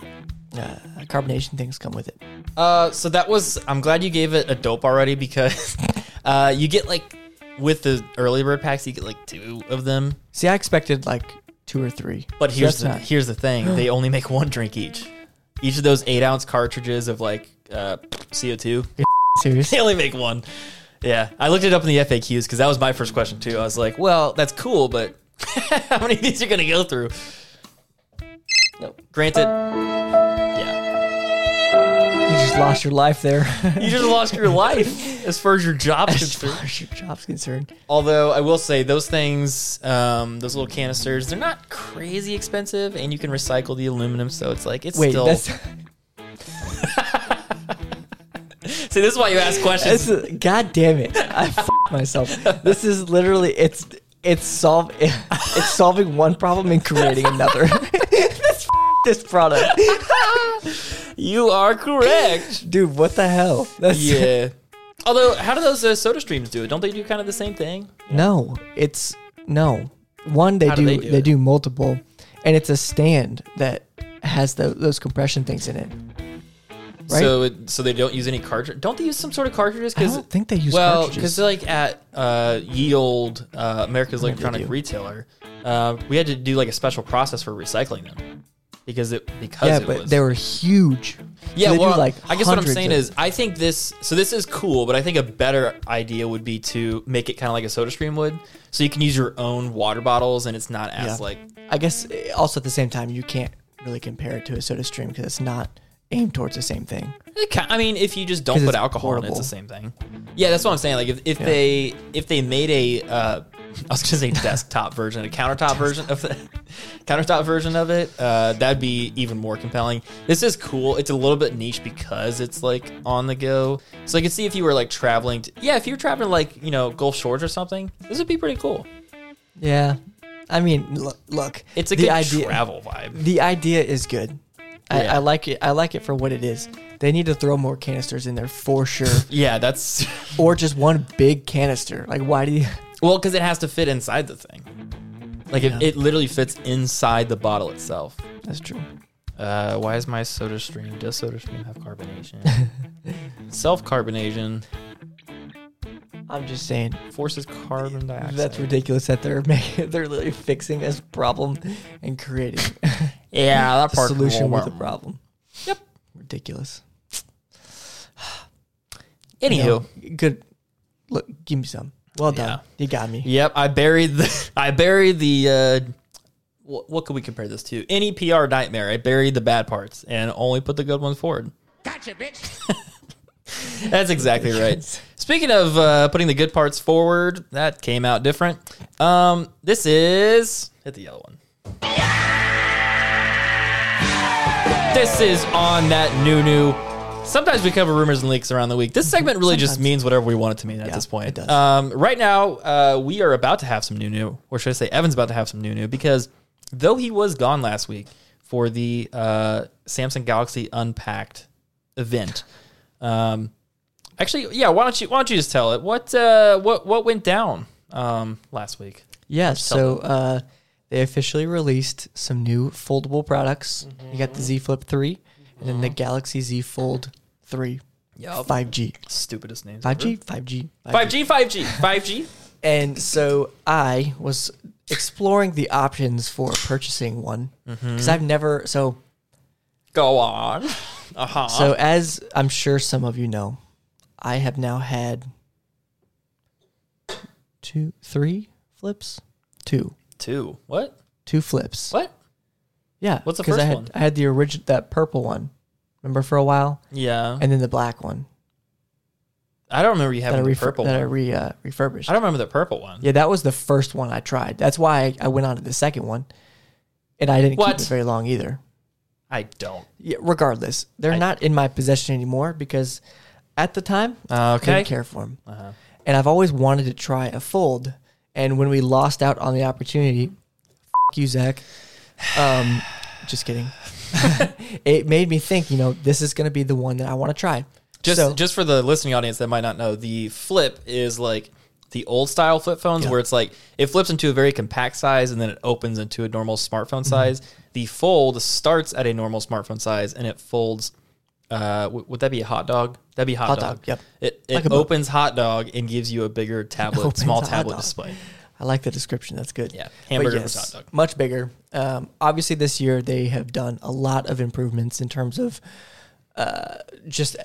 A: uh, carbonation things come with it?
C: Uh, so that was. I'm glad you gave it a dope already because [laughs] uh, you get like with the early bird packs, you get like two of them.
A: See, I expected like two or three.
C: But
A: So
C: here's
A: that's
C: the,
A: not-
C: here's the
A: [gasps]
C: thing: they only make one drink each. Each of those eight ounce cartridges of like uh, CO2,
A: [laughs] serious.
C: [laughs] they only make one. Yeah, I looked it up in the FAQs because that was my first question too. I was like, well, that's cool, but [laughs] how many of these are gonna go through? No, granted. Yeah,
A: You just lost your life there.
C: [laughs]
A: [laughs]
C: you just lost your life as far as your job is
A: as
C: concerned.
A: far as your job's
C: [laughs]
A: concerned,
C: Although I will say those things, um, those little canisters, they're not crazy expensive, and you can recycle the aluminum, so it's like it's
A: wait,
C: still.
A: that's,
C: [laughs] See, this is why
A: [laughs]
C: you ask questions.
A: that's God damn it! I [laughs] f- myself. This is literally it's it's solve [laughs] it's solving one problem and creating another. [laughs] this f- this product,
C: you are correct.
A: dude. What the hell? That's,
C: [laughs] yeah. Although, how do those uh, Soda Streams do it? Don't they do kind of the same thing?
A: No, it's no. One they
C: How
A: do,
C: do
A: they,
C: they
A: do,
C: do it?
A: multiple, and it's a stand that has the, those compression things in it. Right?
C: So, it, so they don't use any cartridge. Don't they use some sort of cartridges?
A: I don't think they use
C: well,
A: cartridges.
C: because like at uh, Yield, uh, America's
A: think they
C: Electronic
A: do.
C: Retailer, uh, we had to do like a special process for recycling them because it because
A: yeah,
C: it
A: but
C: was,
A: they were huge. So
C: Yeah,
A: they do,
C: well, I guess what I'm
A: hundreds
C: saying
A: of-
C: is, I think this. So this is cool, but I think a better idea would be to make it kind of like a Soda Stream would, so you can use your own water bottles, and it's not as
A: Yeah.
C: like.
A: I guess eh, also at the same time you can't really compare it to a Soda Stream because it's not aimed towards the same thing.
C: it ki- I mean, if you just don't
A: 'Cause
C: put
A: it's
C: alcohol in, it, it's
A: portable.
C: the same thing. Yeah, that's what I'm saying. Like if, if they if they made a, uh, [laughs] I was gonna say desktop version, a countertop version of the [laughs] countertop version of it, uh, that'd be even more compelling. This is cool. It's a little bit niche because it's like on the go. So I could see if you were like traveling. To, yeah, if you were traveling like you know Gulf Shores or something, this would be pretty cool.
A: Yeah, I mean, look, look
C: It's a
A: the
C: good
A: idea.
C: travel vibe.
A: The idea is good. I,
C: Yeah.
A: I like it. I like it for what it is. They need to throw more canisters in there for
C: [laughs]
A: sure.
C: Yeah, that's
A: or just one big canister. Like, why do you? [laughs]
C: well because it has to fit inside the thing. Like it, it literally fits inside the bottle itself.
A: That's true.
C: Uh, why is my soda stream? Does soda stream have carbonation?
A: [laughs]
C: Self carbonation
A: I'm just saying
C: forces carbon dioxide.
A: that's ridiculous that they're [laughs] making, they're literally fixing this problem and creating
C: yeah, that
A: a
C: part
A: solution with
C: with
A: a problem.
C: Yep.
A: Ridiculous.
C: Anywho,
A: No, good. Look, give me some. Well done. You got me.
C: yep, I buried the [laughs] I buried the. Uh, what, what could we compare this to? Any PR nightmare. I buried the bad parts and only put the good ones forward.
F: Gotcha, bitch.
C: [laughs] That's exactly right. Speaking of uh, putting the good parts forward, that came out different. Um, this is hit the yellow one. This is on that new new. Sometimes we cover rumors and leaks around the week. This segment really just means whatever we want it to mean at this point.
A: it does.
C: Um, right now, uh, we are about to have some new new, or should I say, Evan's about to have some new new because though he was gone last week for the uh, Samsung Galaxy Unpacked event, um, Actually, yeah. Why don't you Why don't you just tell it what uh, what what went down um, last week?
A: Yeah. So uh, they officially released some new foldable products. You got the
C: Mm-hmm.
A: Z Flip 3 and then the Galaxy Z Fold Three.
C: Yup.
A: 5G.
C: Stupidest names.
A: 5G. 5G. 5G.
C: Five G. Five G. Five G.
A: And so I was exploring the options for purchasing one because
C: Mm-hmm.
A: I've never. So
C: Go on. Uh huh.
A: so as I'm sure some of you know, I have now had two, three flips, two,
C: Two. What?
A: two flips.
C: What?
A: Yeah.
C: What's the
A: 'cause I
C: first
A: had,
C: one?
A: I had the original that purple one. Remember for a while,
C: Yeah.
A: and then the black one
C: I don't remember you
A: that I
C: having the
A: refur-
C: purple
A: that I
C: one.
A: re uh, refurbished.
C: I don't remember the purple one.
A: yeah, that was the first one I tried. That's why I, I went on to the second one, and I didn't
C: What?
A: keep it very long either.
C: I don't.
A: yeah, regardless, they're
C: I-
A: not in my possession anymore because at the time I
C: Ah, okay. Uh-huh.
A: didn't care for them. And I've always wanted to try a fold. And when we lost out on the opportunity, f- you, Zach. Um, [sighs]
C: [laughs]
A: [laughs] just kidding. it made me think, you know, this is going to be the one that I want to try.
C: Just
A: So-
C: just for the listening audience that might not know, the flip is like the old style flip phones where it's like it flips into a very compact size and then it opens into a normal smartphone
A: Mm-hmm.
C: size. The fold starts at a normal smartphone size and it folds. Uh, w- would that be a hot dog? That'd be hot,
A: Hot
C: dog.
A: dog, yep.
C: It, it
A: Like a book.
C: opens hot dog and gives you
A: [laughs]
C: a bigger tablet,
A: opens
C: small
A: a hot
C: tablet
A: dog.
C: display.
A: I like the description. That's good.
C: Yeah,
A: But
C: hamburger versus hot dog.
A: Much bigger. Um, obviously, this year they have done a lot of improvements in terms of uh, just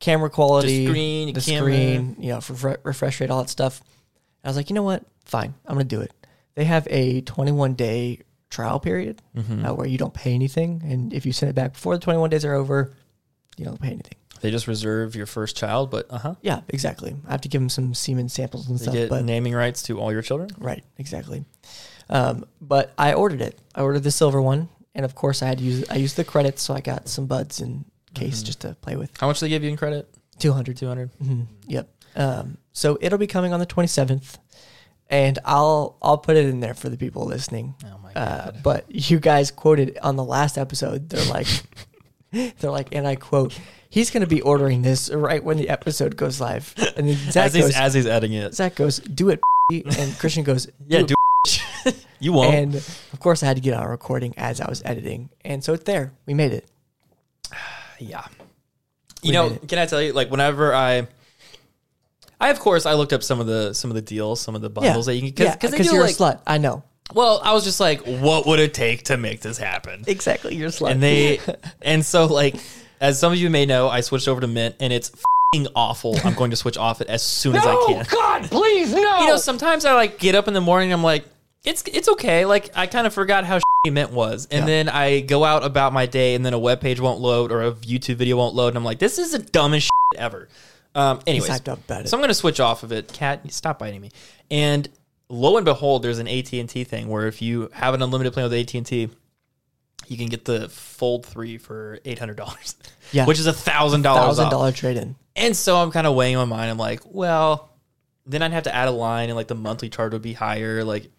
A: camera quality,
C: The screen,
A: the
C: camera.
A: screen, you know, refre- refresh rate, all that stuff. I was like, you know what? Fine, I'm gonna do it. They have a 21 day trial period
C: Hmm. Mm-hmm.
A: uh, where you don't pay anything, and if you send it back before the 21 days are over, you don't pay anything.
C: They just reserve your first child, but uh huh.
A: Yeah, exactly. I have to give them some semen samples and
C: They
A: stuff,
C: get
A: but
C: naming rights to all your children.
A: Right, exactly. Um, but I ordered it. I ordered the silver one, and of course, I had to use I used the credits, so I got some buds and case
C: Mm-hmm.
A: just to play with.
C: How much they give you in credit?
A: Two hundred.
C: Two hundred.
A: Yep. Um, so it'll be coming on the twenty seventh, and I'll I'll put it in there for the people listening.
C: Oh my
A: Uh, but you guys quoted on the last episode. They're
C: [laughs]
A: like, they're like, and I quote, "He's going to be ordering this right when the episode goes live." And then Zach
C: As he's,
A: goes,
C: as he's adding it.
A: Zach goes, "Do it," [laughs] and Christian goes,
C: Yeah, do [laughs] you won't.
A: And of course, I had to get on a recording as I was editing, and so it's there. We made it.
C: yeah. You know, can I tell you? Like, whenever I, I of course I looked up some of the some of the deals, some of the bundles that you can
A: yeah,
C: because
A: because
C: they do
A: you're
C: like.
A: a slut. I know
C: Well, I was just like, what would it take to make this happen?
A: exactly. You're a slut.
C: And
F: [laughs]
C: they, and so like, as some of you may know, I switched over to Mint, and it's fing awful. I'm going to switch off it as soon as I can.
F: God, please, no!
C: you know, sometimes I like get up in the morning. I'm like, it's it's okay. Like I kind of forgot how shitty Mint was, and then I go out about my day, and then a web page won't load or a YouTube video won't load, and I'm like, this is the dumbest shit ever. Um, anyways,
A: hyped up about it.
C: so I'm gonna switch off of it. Cat, stop biting me. And lo and behold, there's an AT and T thing where if you have an unlimited plan with AT and T. You can get the Fold Three for eight hundred dollars,
A: Yeah.
C: which is a thousand dollars.
A: thousand
C: off.
A: dollar trade in.
C: And so I'm kind of weighing my mind. I'm like, well, then I'd have to add a line, and like the monthly charge would be higher. Like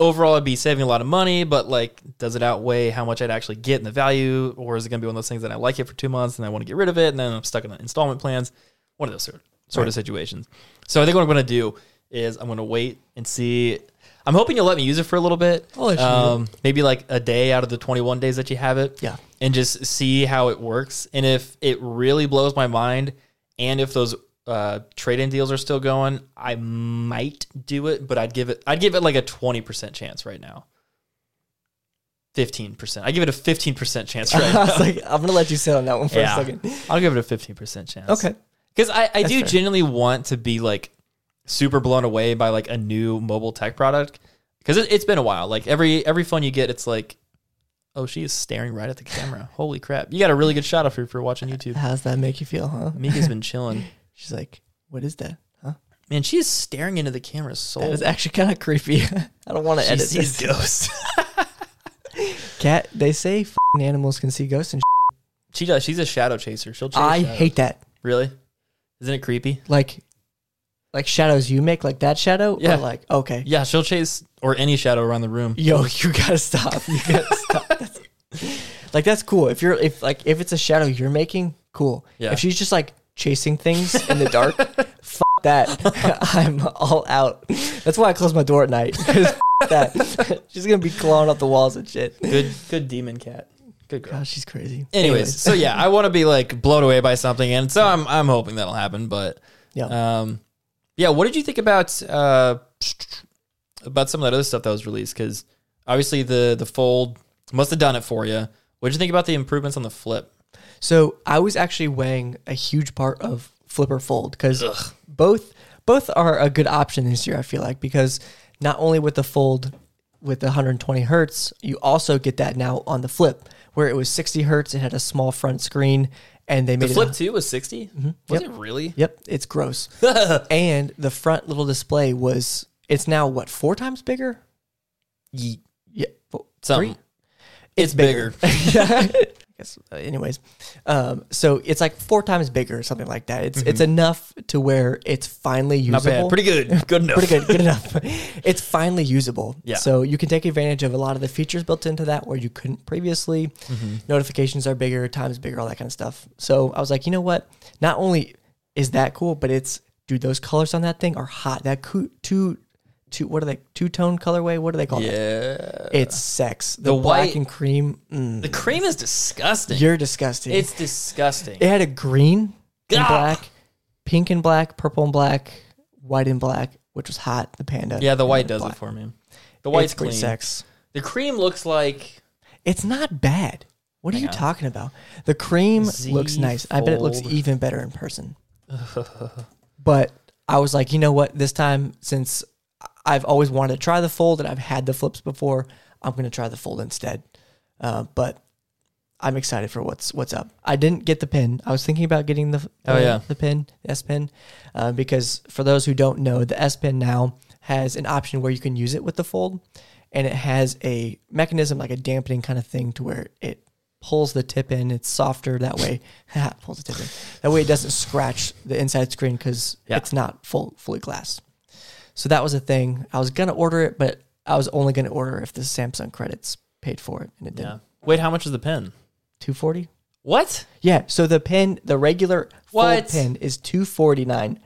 C: overall, I'd be saving a lot of money, but like, does it outweigh how much I'd actually get in the value, or is it going to be one of those things that I like it for two months and I want to get rid of it, and then I'm stuck in the installment plans? One of those sort, sort of situations. So I think what I'm going to do is I'm going to wait and see. I'm hoping you'll let me use it for a little bit.
A: I'll let you
C: um, maybe like a day out of the 21 days that you have it
A: Yeah.
C: and just see how it works. And if it really blows my mind, and if those uh, trade-in deals are still going, I might do it. But I'd give it, I'd give it like a twenty percent chance right now. Fifteen percent. I give it a fifteen percent chance
A: [laughs] [laughs]
C: right
A: I was
C: now.
A: like, I'm gonna let you sit on that one for
C: yeah,
A: a second.
C: I'll give it a fifteen percent chance.
A: Okay.
C: because I, I do
A: fair.
C: genuinely want to be like super blown away by like a new mobile tech product because it, it's been a while. Like every every phone you get, it's like. Oh, she is staring right at
A: [laughs]
C: the camera. Holy crap. You got a really good shot of her if you're watching YouTube.
A: How's that make you feel, huh?
C: Mika's been chilling.
A: She's like, what is that?
C: Oh.
A: Huh?
C: Man, she is staring into the camera so
A: That is actually kind of creepy. [laughs] I don't want to
C: she
A: edit
C: sees [laughs]
A: this.
C: ghosts.
A: Cat. They say f***ing animals can see ghosts, and
C: she does. She's a shadow chaser. She'll
A: sh-
C: chase
A: I
C: shadows.
A: hate that.
C: Really? Isn't it creepy?
A: Like, like shadows you make, like that shadow.
C: Yeah.
A: Or like okay.
C: Yeah, she'll chase or any shadow around
A: [laughs]
C: the room.
A: yo you gotta stop you
C: [laughs]
A: gotta stop That's- like that's cool if you're if like if it's a shadow you're making cool
C: Yeah.
A: if she's just like chasing things in the
C: [laughs]
A: dark f- that [laughs] i'm all out that's why i close my door at night 'cause [laughs] f- that [laughs] she's gonna be clawing up the walls and shit
C: Good good demon cat. Good girl.
A: God, she's crazy
C: Anyways, so yeah, I want to be like blown away by something and so I'm I'm hoping that'll happen, but
A: yeah
C: um yeah, what did you think about uh about some of that other stuff that was released cuz obviously the the fold must have done it for you. What did you think about the improvements on the flip?
A: So I was actually weighing a huge part of flipper fold because both both are a good option this year. I feel like because not only with the fold with the 120 hertz, you also get that now on the flip where it was 60 hertz. It had a small front screen, and they made it
C: Flip 2 was 60? Was it really?
A: Yep, it's gross. and the front little display was it's now what four times bigger?
C: Ye-
A: Yeah, four-
C: Something. It's bigger.
A: [laughs] yeah. I guess. Uh, anyways, um, so it's like four times bigger or something like that. It's it's enough to where it's finally
C: Mm-hmm. Not
A: usable.
C: bad. Pretty [laughs] good. Good enough.
A: Pretty good, good enough. [laughs] It's finally usable.
C: Yeah.
A: So you can take advantage of a lot of the features built into that where you couldn't previously.
C: Mm-hmm.
A: Notifications are bigger, times bigger, all that kind of stuff. So I was like, you know what? Not only is that cool, but it's dude, those colors on that thing are hot. That coo- two, two, what are they? Two tone colorway? What do they call it?
C: Yeah.
A: It's sex. The,
C: The
A: black
C: white-
A: and cream. mm,
C: The cream is disgusting.
A: you're disgusting.
C: it's disgusting.
A: it had a green and
C: Gah!
A: black, pink and black, purple and black, white and black, which was hot. The panda.
C: yeah, the
A: and
C: white does
A: black.
C: it for me. The white's
A: it's pretty
C: clean.
A: Sex.
C: The cream looks like
A: It's not bad. What are you talking about? The cream
C: Z
A: looks nice. I bet it looks
C: fold.
A: even better in
C: [laughs]
A: person. but I was like, you know what? This time, since I've always wanted to try the fold and I've had the flips before, I'm going to try the fold instead. Uh, but I'm excited for what's what's up. I didn't get the pin. I was thinking about getting the
C: Oh,
A: uh,
C: yeah.
A: the pin the S pin uh, because for those who don't know, the S pin now has an option where you can use it with the fold, and it has a mechanism like a dampening kind of thing to where it pulls the tip in. It's softer that way. [laughs] It pulls the tip in that way. It doesn't scratch the inside screen because
C: Yeah.
A: it's not full fully glass. So that was a thing. I was gonna order it, but I was only gonna order if the Samsung credits paid for it, and it
C: yeah.
A: didn't.
C: Wait, how much is the pen?
A: Two forty.
C: What?
A: Yeah. So the pen, the regular
C: What?
A: full pen is two forty nine,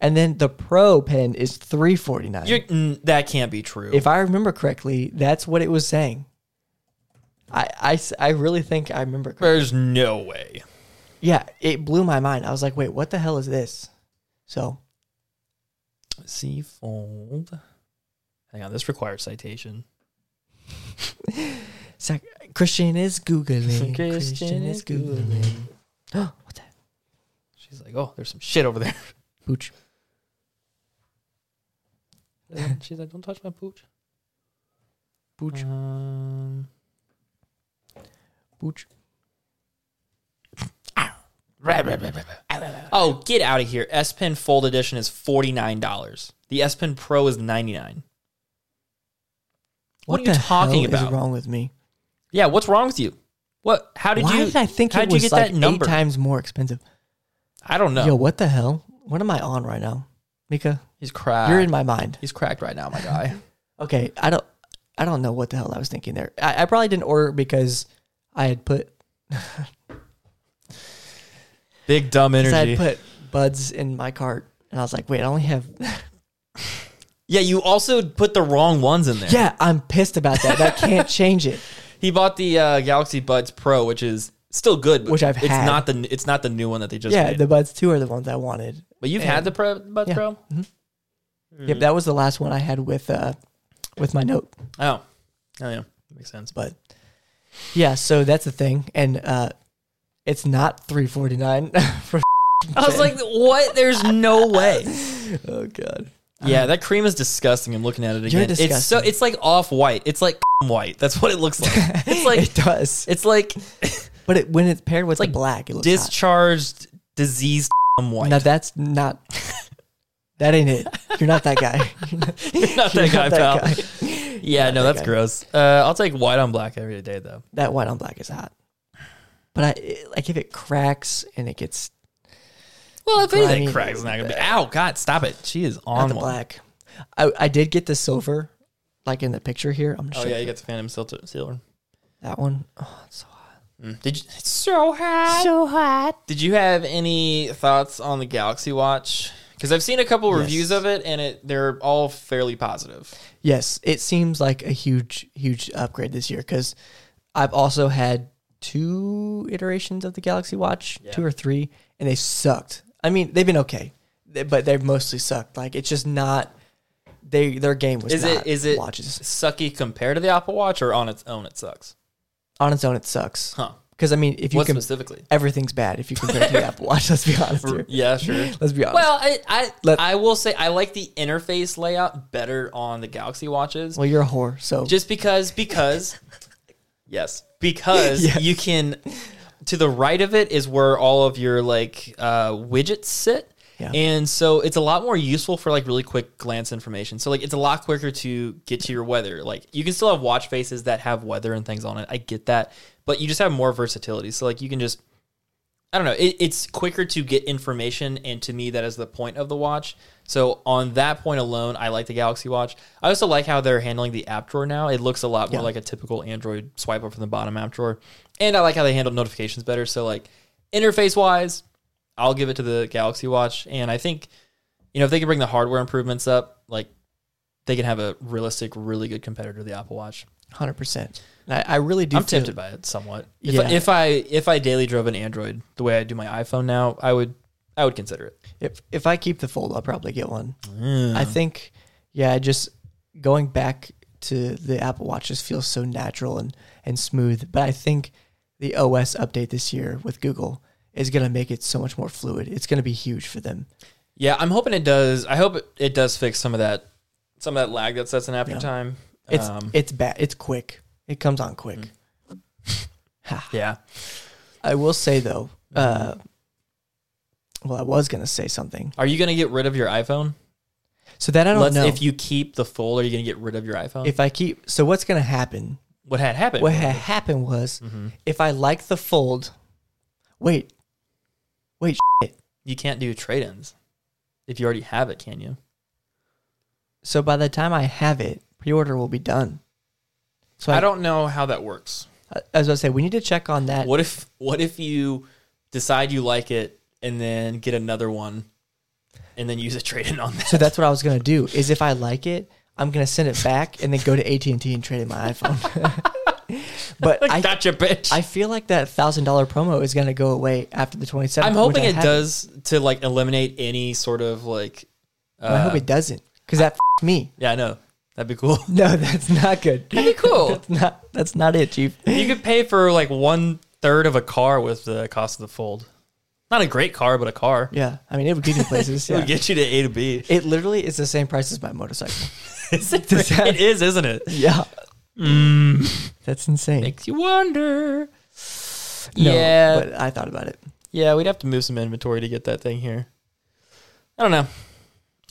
A: and then the pro pen is three forty
C: You're,
A: nine.
C: mm, that can't be true.
A: If I remember correctly, that's what it was saying. I, I s- I really think I remember. Correctly.
C: There's no way.
A: Yeah, it blew my mind. I was like, wait, what the hell is this? So
C: Z fold. Hang on, this requires citation.
A: [laughs] sec- Christian is googling.
C: Christian is Googling. [gasps]
A: What's that?
C: She's like, oh, there's some shit
A: [laughs]
C: over there.
A: Pooch.
C: She's like, don't touch my pooch.
A: Pooch.
C: Um,
A: Pooch.
C: oh, get out of here. S Pen Fold Edition is $49. The S Pen Pro is 99 What, are you
A: the
C: talking
A: hell
C: about?
A: Is wrong with me?
C: Yeah, what's wrong with you? What? How did
A: Why
C: you?
A: did I think
C: how
A: it
C: did
A: was
C: you get
A: like
C: that number?
A: eight
C: Oh.
A: times more expensive?
C: I don't know.
A: Yo, what the hell? What am I on right now, Mika?
C: He's cracked.
A: You're in my mind.
C: He's cracked right now,
A: [laughs]
C: my guy.
A: Okay, I don't, I don't know what the hell I was thinking there. I, I probably didn't order because I had put,
C: Big dumb
A: 'cause I had
C: energy.
A: put buds in my cart, and I was like, wait, I only
C: [laughs]
A: have.
C: yeah, you also put the wrong ones in there.
A: yeah, I'm pissed about that. I
C: [laughs]
A: can't change it.
C: He bought the uh, Galaxy Buds Pro, which is still good, but
A: Which I've
C: it's
A: had.
C: not the it's not the new one that they just
A: Yeah,
C: made.
A: the buds two are the ones I wanted.
C: but you've
A: and-
C: had the Pro Buds
A: Yeah.
C: Pro. Mm.
A: Yep, that was the last one I had with uh, with my note.
C: Oh, oh yeah, makes sense. But
A: But yeah, so that's the thing, and uh, it's not three forty nine. [laughs] for
C: I was like, what? There's no way.
A: oh god.
C: yeah, that cream is disgusting. I'm looking at it
A: You're
C: again. It's so
A: disgusting.
C: it's like off white. It's like [laughs] white. That's what it
A: [laughs]
C: looks like. It's like
A: it does,
C: it's like
A: but it, when it's paired with
C: like
A: like black, it looks hot.
C: discharged, diseased [laughs] white.
A: Now that's
C: [laughs]
A: not. That ain't it. You're not that guy. You're not, [laughs]
C: not
A: you're
C: that guy,
A: not
C: pal.
A: guy.
C: Yeah, no,
A: that
C: that's
A: guy.
C: gross. Uh, I'll take white on black every day though.
A: That white on black is hot. But I it- like if it cracks and it gets
C: Well, if
A: Grimy
C: anything cracks, it's not gonna be. Ow, God, stop it. She is
A: out
C: on
A: the
C: one.
A: black. I, I did get the silver, like in the picture here. I'm gonna
C: Oh
A: show
C: yeah, you got the Phantom Silver. Sealer.
A: that one. Oh, it's so hot.
C: Mm. Did you? It's so hot. So hot. Did you have any thoughts on the Galaxy Watch? Because I've seen a couple reviews of it, and it they're all fairly positive.
A: Yes, it seems like a huge, huge upgrade this year because I've also had two iterations of the Galaxy Watch, two or three, and they sucked. I mean, they've been okay, th- but they've mostly sucked. Like it's just not they their game was
C: Is
A: not
C: it is it
A: watches
C: sucky compared to the Apple Watch, or on its own it sucks?
A: on its own. It sucks
C: Huh?
A: because I mean, if you
C: What
A: can,
C: specifically?
A: everything's bad if you compare it to
C: [laughs]
A: the Apple Watch. Let's be honest here. [laughs]
C: Yeah, sure.
A: Let's be honest.
C: Well, I I,
A: Let-
C: I will say I like the interface layout better on the Galaxy watches.
A: Well, you're a whore, so
C: just because because yes because
A: Yes.
C: you can to the right of it is where all of your like uh, widgets sit
A: Yeah.
C: and so it's a lot more useful for like really quick glance information so like it's a lot quicker to get to your weather like you can still have watch faces that have weather and things on it i get that but you just have more versatility. So like you can just I don't know. It, it's quicker to get information, and to me, that is the point of the watch. So on that point alone, I like the Galaxy Watch. I also like how they're handling the app drawer now. It looks a lot more like a typical Android swipe up from the bottom app drawer, and I like how they handle notifications better. So like interface wise, I'll give it to the Galaxy Watch, and I think you know if they can bring the hardware improvements up, like they can have a realistic, really good competitor to the Apple Watch.
A: Hundred percent. I, I really do.
C: I'm
A: feel-
C: tempted by it somewhat. If,
A: Yeah.
C: if I if I daily drove an Android the way I do my iPhone now, I would I would consider it.
A: If if I keep the fold, I'll probably get one.
C: Mm.
A: I think, yeah, just going back to the Apple Watch just feels so natural and and smooth. But I think the OS update this year with Google is gonna make it so much more fluid. It's gonna be huge for them.
C: Yeah, I'm hoping it does. I hope it, it does fix some of that some of that lag that sets in after time.
A: It's
C: Um.
A: it's bad. It's quick. It comes on quick.
C: Mm. yeah.
A: I will say though. Uh, well, I was gonna say something.
C: Are you gonna get rid of your iPhone?
A: So that I don't
C: Let's
A: know
C: if you keep the fold, are you gonna get rid of your iPhone?
A: if I keep. So what's gonna happen
C: what had happened?
A: what had happened was if I like the fold, wait, wait, [laughs] shit.
C: you can't do trade ins if you already have it, can you?
A: so by the time I have it, pre-order will be done. So I,
C: I
A: don't.
C: don't know how that works.
A: As I say, we need to check on that.
C: What if what if you decide you like it and then get another one and then use a trade in on that?
A: So that's what I was gonna do. Is if I like it, I'm gonna send it back and then go to AT and T and trade in my iPhone. [laughs] but
C: [laughs]
A: I,
C: gotcha, bitch.
A: I feel like that thousand dollar promo is gonna go away after the 27th.
C: I, am
A: which
C: hoping
A: I
C: it
A: haven't.
C: does to like eliminate any sort of like.
A: But I
C: uh,
A: hope it doesn't because that [laughs] f- me.
C: Yeah, I know that'd be cool. [laughs]
A: No, [laughs] that's not good.
C: That'd be
A: [laughs]
C: cool.
A: that's not. That's not it, Chief.
C: you could pay for like one third of a car with the cost of the fold. Not a great car, but a car.
A: Yeah, I mean it would get you places.
C: [laughs] It
A: yeah.
C: would get you to A to B.
A: It literally is the same price as my
C: [laughs]
A: motorcycle.
C: it [laughs] is, isn't it?
A: yeah.
C: Mm.
A: That's insane.
C: Makes you wonder.
A: No,
C: yeah,
A: But I thought about it.
C: yeah, we'd have to move some inventory to get that thing here. I don't know.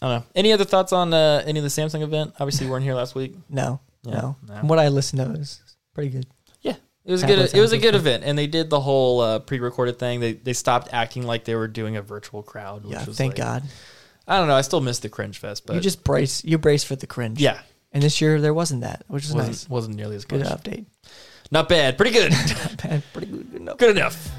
C: I don't know. Any other thoughts on uh, any of the Samsung event? Obviously, we weren't here last week.
A: No, no.
C: no.
A: From what I listened to, it was pretty good.
C: Yeah, it was a
A: Tablet
C: good. It was a
A: sounds
C: good
A: good.
C: event, and they did the whole uh, pre-recorded thing. They they stopped acting like they were doing a virtual crowd. Which
A: Yeah,
C: was
A: thank
C: like-
A: God.
C: I don't know. I still miss the cringe fest, but
A: You just brace. You brace for the cringe.
C: yeah,
A: And this year there wasn't that, which is
C: wasn't
A: nice.
C: wasn't nearly as
A: Good
C: much.
A: update. [laughs]
C: Not bad. Pretty good. [laughs]
A: Man, pretty good. good enough.
C: good enough.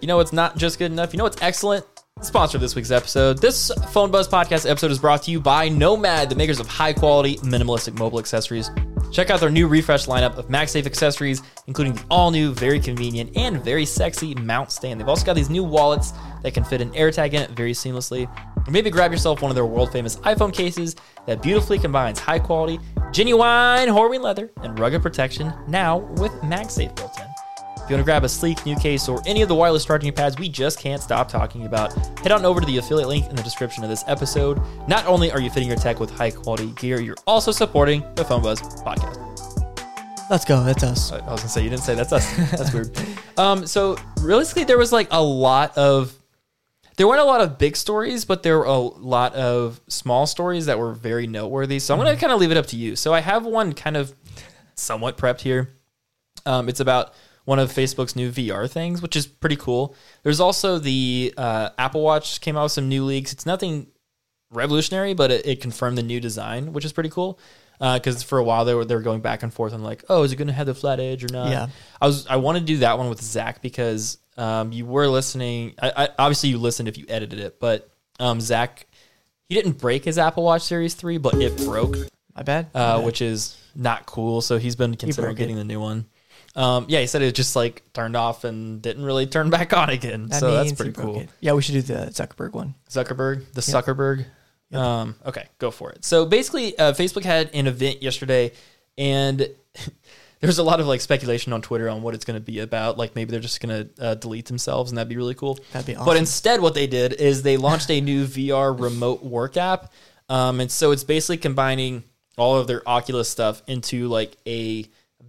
C: You know what's not just good enough? You know what's excellent? Sponsor of this week's episode. This Phone Buzz podcast episode is brought to you by Nomad, the makers of high quality, minimalistic mobile accessories. Check out their new refresh lineup of MagSafe accessories, including the all new, very convenient, and very sexy mount stand. They've also got these new wallets that can fit an AirTag in it very seamlessly. Or maybe grab yourself one of their world famous iPhone cases that beautifully combines high quality, genuine Horween leather and rugged protection now with MagSafe built in. If you want to grab a sleek new case or any of the wireless charging pads we just can't stop talking about, head on over to the affiliate link in the description of this episode. Not only are you fitting your tech with high quality gear, you're also supporting the Phone Buzz podcast.
A: Let's go. That's us.
C: I was gonna say you didn't say that's us. That's weird. Um, so realistically, there was like a lot of there weren't a lot of big stories, but there were a lot of small stories that were very noteworthy. So I'm gonna kind of leave it up to you. So I have one kind of somewhat prepped here. Um, it's about one of Facebook's new VR things, which is pretty cool. There's also the uh, Apple Watch came out with some new leaks. It's nothing revolutionary, but it, it confirmed the new design, which is pretty cool. Because for a while they were they were going back and forth on like, oh, is it going to have the flat edge or not?
A: Yeah.
C: I was I want to do that one with Zach because um, you were listening. I, I obviously you listened if you edited it, but um, Zach he didn't break his Apple Watch Series three, but it broke
A: My bad.
C: uh, which is not cool. So he's been considering
A: broke it.
C: getting the new one. Um, yeah, he said it just like turned off and didn't really turn back on again.
A: That
C: so that's
A: means he
C: pretty
A: broke
C: cool.
A: it. Yeah, we should do the Zuckerberg one.
C: Zuckerberg, the Zuckerberg. Um, okay, go for it. So basically, uh, Facebook had an event yesterday, and [laughs] there's a lot of like speculation on Twitter on what it's going to be about. Like maybe they're just going to uh, delete themselves, and that'd be really cool.
A: That'd be
C: But
A: awesome.
C: instead, what they did is they launched
A: [laughs]
C: a new VR remote work app, um, and so it's basically combining all of their Oculus stuff into like a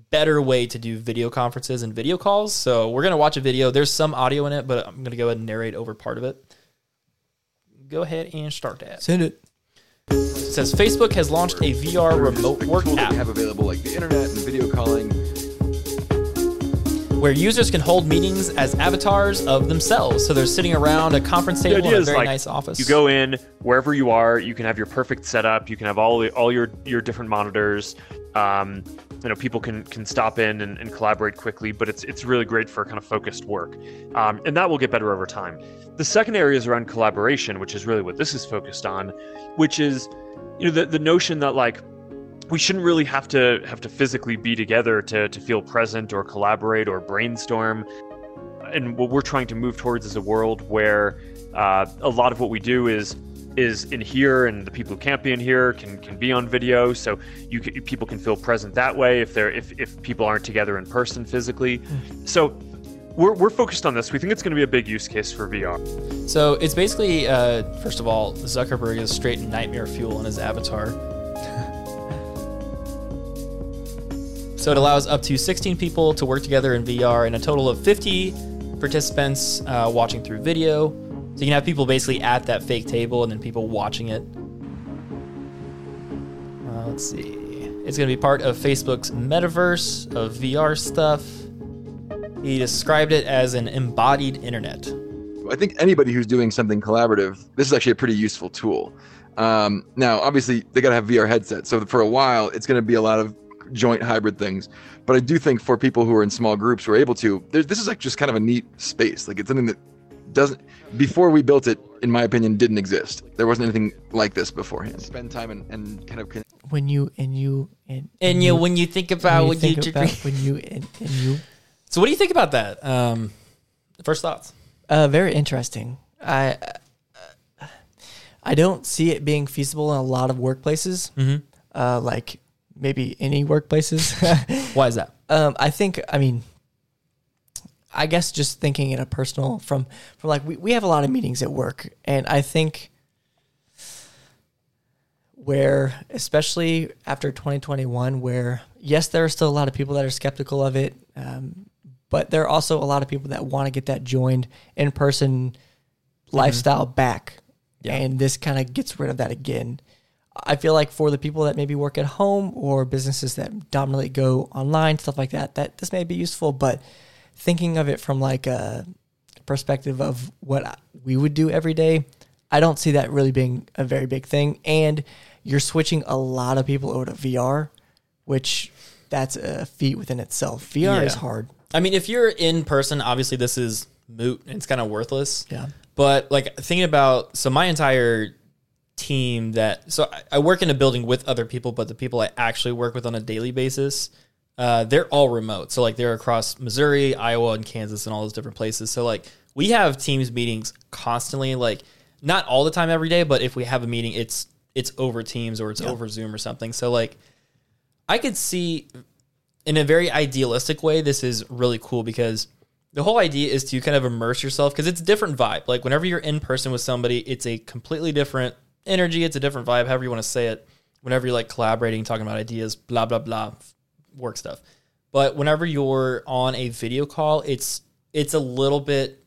C: better way to do video conferences and video calls. So we're gonna watch a video. There's some audio in it, but I'm gonna go ahead and narrate over part of it go ahead and start that.
A: Send it.
C: It says Facebook has launched a VR remote work
F: tool that we
C: app.
F: have available, like the internet and video calling.
C: where users can hold meetings as avatars of themselves. So they're sitting around a conference
F: The
C: table in
F: idea
C: a
F: is
C: very
F: like
C: nice office.
F: you go in wherever you are, you can have your perfect setup, you can have all the- all your your different monitors. Um, you know, people can can stop in and, and collaborate quickly, but it's it's really great for kind of focused work, um, and that will get better over time. The second area is around collaboration, which is really what this is focused on, which is you know the the notion that like we shouldn't really have to have to physically be together to to feel present or collaborate or brainstorm and what we're trying to move towards is a world where uh, a lot of what we do is is in here and the people who can't be in here can can be on video so you can, people can feel present that way if they're if, if people aren't together in person physically so we're, we're focused on this we think it's going to be a big use case for vr
C: So it's basically, uh, first of all, Zuckerberg is straight nightmare fuel on his avatar. [laughs] so it allows up to 16 people to work together in VR and a total of 50 participants uh, watching through video. So you can have people basically at that fake table and then people watching it. Uh, let's see. It's going to be part of Facebook's metaverse of VR stuff. He described it as an embodied internet.
G: I think anybody who's doing something collaborative, this is actually a pretty useful tool. Um, now, obviously, they got to have VR headsets. So for a while, it's going to be a lot of joint hybrid things. But I do think for people who are in small groups who are able to, there's, this is like just kind of a neat space. Like it's something that doesn't, before we built it, in my opinion, didn't exist. There wasn't anything like this beforehand. Spend time and, and kind of con-
A: When you and you and
C: And you, when you think about
A: Mm-hmm. when you
C: what you,
A: think about when you and, and
C: [laughs]
A: you
C: so what do you think about that? Um, first thoughts.
A: Uh, very interesting. I uh, I don't see it being feasible in a lot of workplaces.
C: Mm-hmm.
A: Uh, like maybe any workplaces. [laughs]
C: Why is that?
A: um, I think. I mean, I guess just thinking in a personal from from like we we have a lot of meetings at work, and I think where especially after 2021 where yes there are still a lot of people that are skeptical of it um, but there are also a lot of people that want to get that joined in person lifestyle back and this kind of gets rid of that again i feel like for the people that maybe work at home or businesses that dominantly go online stuff like that that this may be useful but thinking of it from like a perspective of what I- we would do every day i don't see that really being a very big thing and you're switching a lot of people over to vr which that's a feat within itself vr is
C: Yeah.
A: hard
C: I mean, if you're in person, obviously this is moot. and It's kind of worthless.
A: Yeah.
C: But like thinking about so my entire team that so I, I work in a building with other people, but the people I actually work with on a daily basis, uh, they're all remote. So like they're across Missouri, Iowa, and Kansas, and all those different places. So like we have teams meetings constantly, like not all the time every day, but if we have a meeting, it's it's over Teams or it's over Zoom or something. So like I could see in a very idealistic way, this is really cool because the whole idea is to kind of immerse yourself because it's a different vibe. Like whenever you're in person with somebody, it's a completely different energy. It's a different vibe, however you want to say it. Whenever you're like collaborating, talking about ideas, blah blah blah, work stuff. But whenever you're on a video call, it's it's a little bit.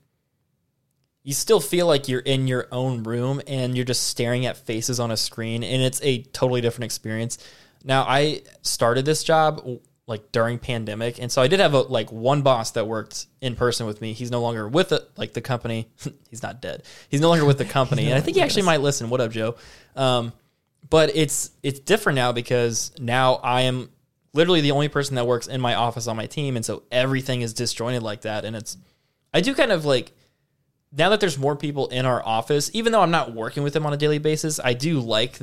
C: You still feel like you're in your own room and you're just staring at faces on a screen, and it's a totally different experience. Now, I started this job like during pandemic, and so I did have a, like one boss that worked in person with me. He's no longer with the, like the company. [laughs] He's not dead. He's no longer with the company, and I think he actually might listen. What up, Joe? Um, but it's it's different now because now I am literally the only person that works in my office on my team, and so everything is disjointed like that. And it's I do kind of like now that there's more people in our office, even though I'm not working with them on a daily basis, I do like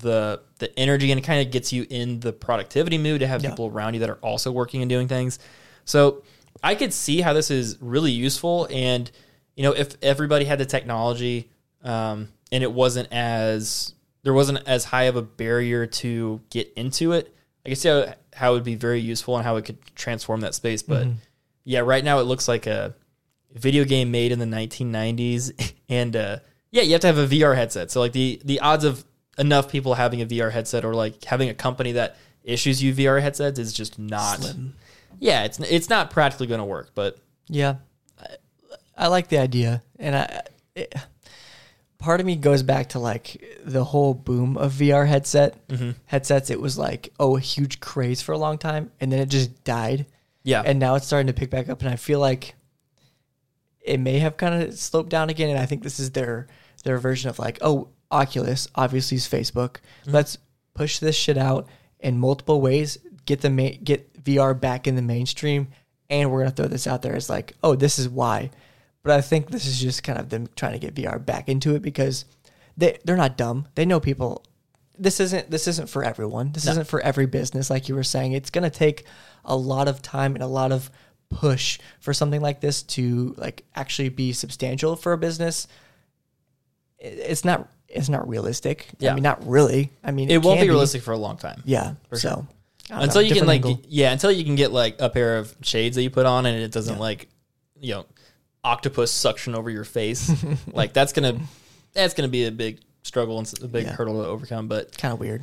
C: the the energy and it kind of gets you in the productivity mood to have people around you that are also working and doing things. So I could see how this is really useful, and you know, if everybody had the technology um, and it wasn't as there wasn't as high of a barrier to get into it, I could see how, how it would be very useful and how it could transform that space. But yeah, right now it looks like a video game made in the 1990s [laughs] and uh yeah you have to have a vr headset so like the the odds of enough people having a vr headset or like having a company that issues you vr headsets is just not yeah it's it's not practically going to work but
A: Yeah, I, I like the idea, and I it, part of me goes back to like the whole boom of VR headset headsets. It was like oh, a huge craze for a long time, and then it just died.
C: Yeah.
A: and now it's starting to pick back up and i feel like it may have kind of sloped down again and i think this is their their version of like oh oculus obviously is facebook let's push this shit out in multiple ways get the ma- get vr back in the mainstream and we're gonna throw this out there as like oh this is why but i think this is just kind of them trying to get vr back into it because they they're not dumb they know people this isn't this isn't for everyone. This isn't for every business, like you were saying. It's gonna take a lot of time and a lot of push for something like this to like actually be substantial for a business. I- It's not it's not realistic.
C: Yeah.
A: I mean, not really. I mean,
C: it, won't
A: can
C: be realistic for a long time.
A: Yeah. so I don't
C: until
A: know,
C: you can
A: different
C: like
A: angle.
C: yeah until you can get like a pair of shades that you put on and it doesn't like you know octopus suction over
A: [laughs]
C: your face like that's gonna that's gonna be a big struggle and s- a big hurdle to overcome but
A: kind of weird.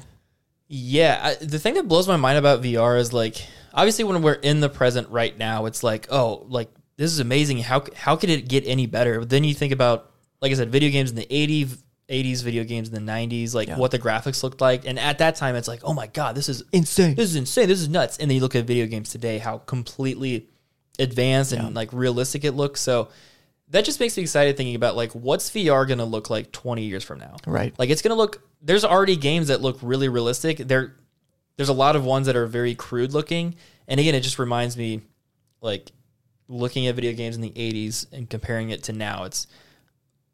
C: yeah, I, the thing that blows my mind about VR is like obviously when we're in the present right now, it's like oh, like this is amazing. How c- how could it get any better? But then you think about like I said, video games in the 80, 80s, video games in the nineties, like what the graphics looked like, and at that time, it's like oh my god, this is
A: Insane.
C: This is insane. This is nuts. And then you look at video games today, how completely advanced and like realistic it looks. So that just makes me excited thinking about like what's VR going to look like twenty years from now.
A: Right.
C: Like it's gonna look. There's already games that look really realistic. There, there's a lot of ones that are very crude looking. And again, it just reminds me, like, looking at video games in the '80s and comparing it to now. It's,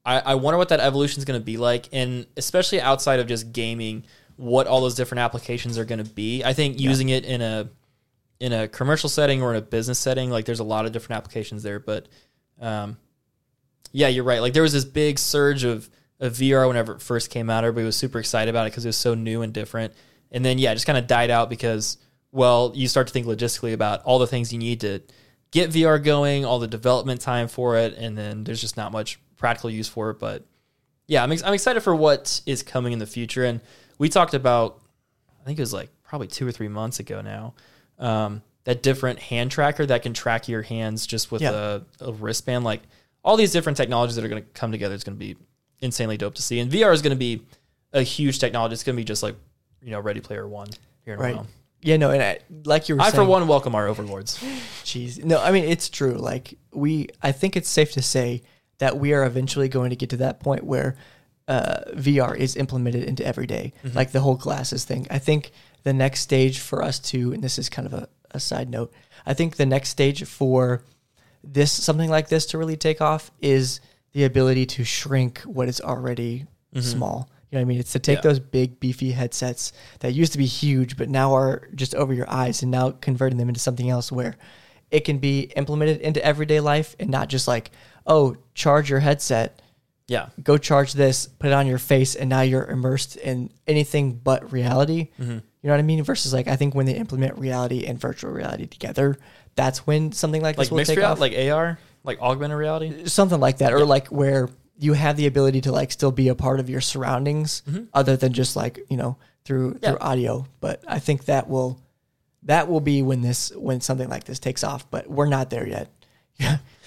C: I, I wonder what that evolution is gonna be like, and especially outside of just gaming, what all those different applications are gonna be. I think using it in a in a commercial setting or in a business setting, like there's a lot of different applications there. But um, yeah, you're right. Like there was this big surge of, of VR whenever it first came out. Everybody was super excited about it because it was so new and different. And then yeah, it just kind of died out because well, you start to think logistically about all the things you need to get VR going, all the development time for it, and then there's just not much practical use for it. But yeah, I'm, ex- I'm excited for what is coming in the future. And we talked about, I think it was like probably two or three months ago now, um, that different hand tracker that can track your hands just with
A: Yeah.
C: a, a wristband. Like all these different technologies that are going to come together is going to be insanely dope to see. And VR is going to be a huge technology. It's going to be just like, you know, Ready Player One here in
A: Right.
C: a while.
A: Yeah. No. And I, like you were
C: um, I,
A: saying,
C: for one, welcome our overlords.
A: Jeez. No, I mean it's true. Like we I think it's safe to say that we are eventually going to get to that point where uh, VR is implemented into everyday, like the whole glasses thing. I think the next stage for us to, and this is kind of a, a side note, I think the next stage for this something like this to really take off is the ability to shrink what is already
C: Mm-hmm.
A: small. You know what I mean? It's to take those big beefy headsets that used to be huge but now are just over your eyes and now converting them into something else where it can be implemented into everyday life and not just like, oh, charge your headset,
C: Yeah.
A: go charge this, put it on your face, and now you're immersed in anything but reality.
C: Mm-hmm.
A: You know what I mean? Versus like I think when they implement reality and virtual reality together, that's when something like,
C: Like
A: this will
C: mixed
A: take
C: reality,
A: off
C: like AR, like augmented reality.
A: something like that, or like where you have the ability to like still be a part of your surroundings,
C: Mm-hmm.
A: other than just like you know through through audio. But I think that will that will be when this when something like this takes off. But we're not there yet. [laughs]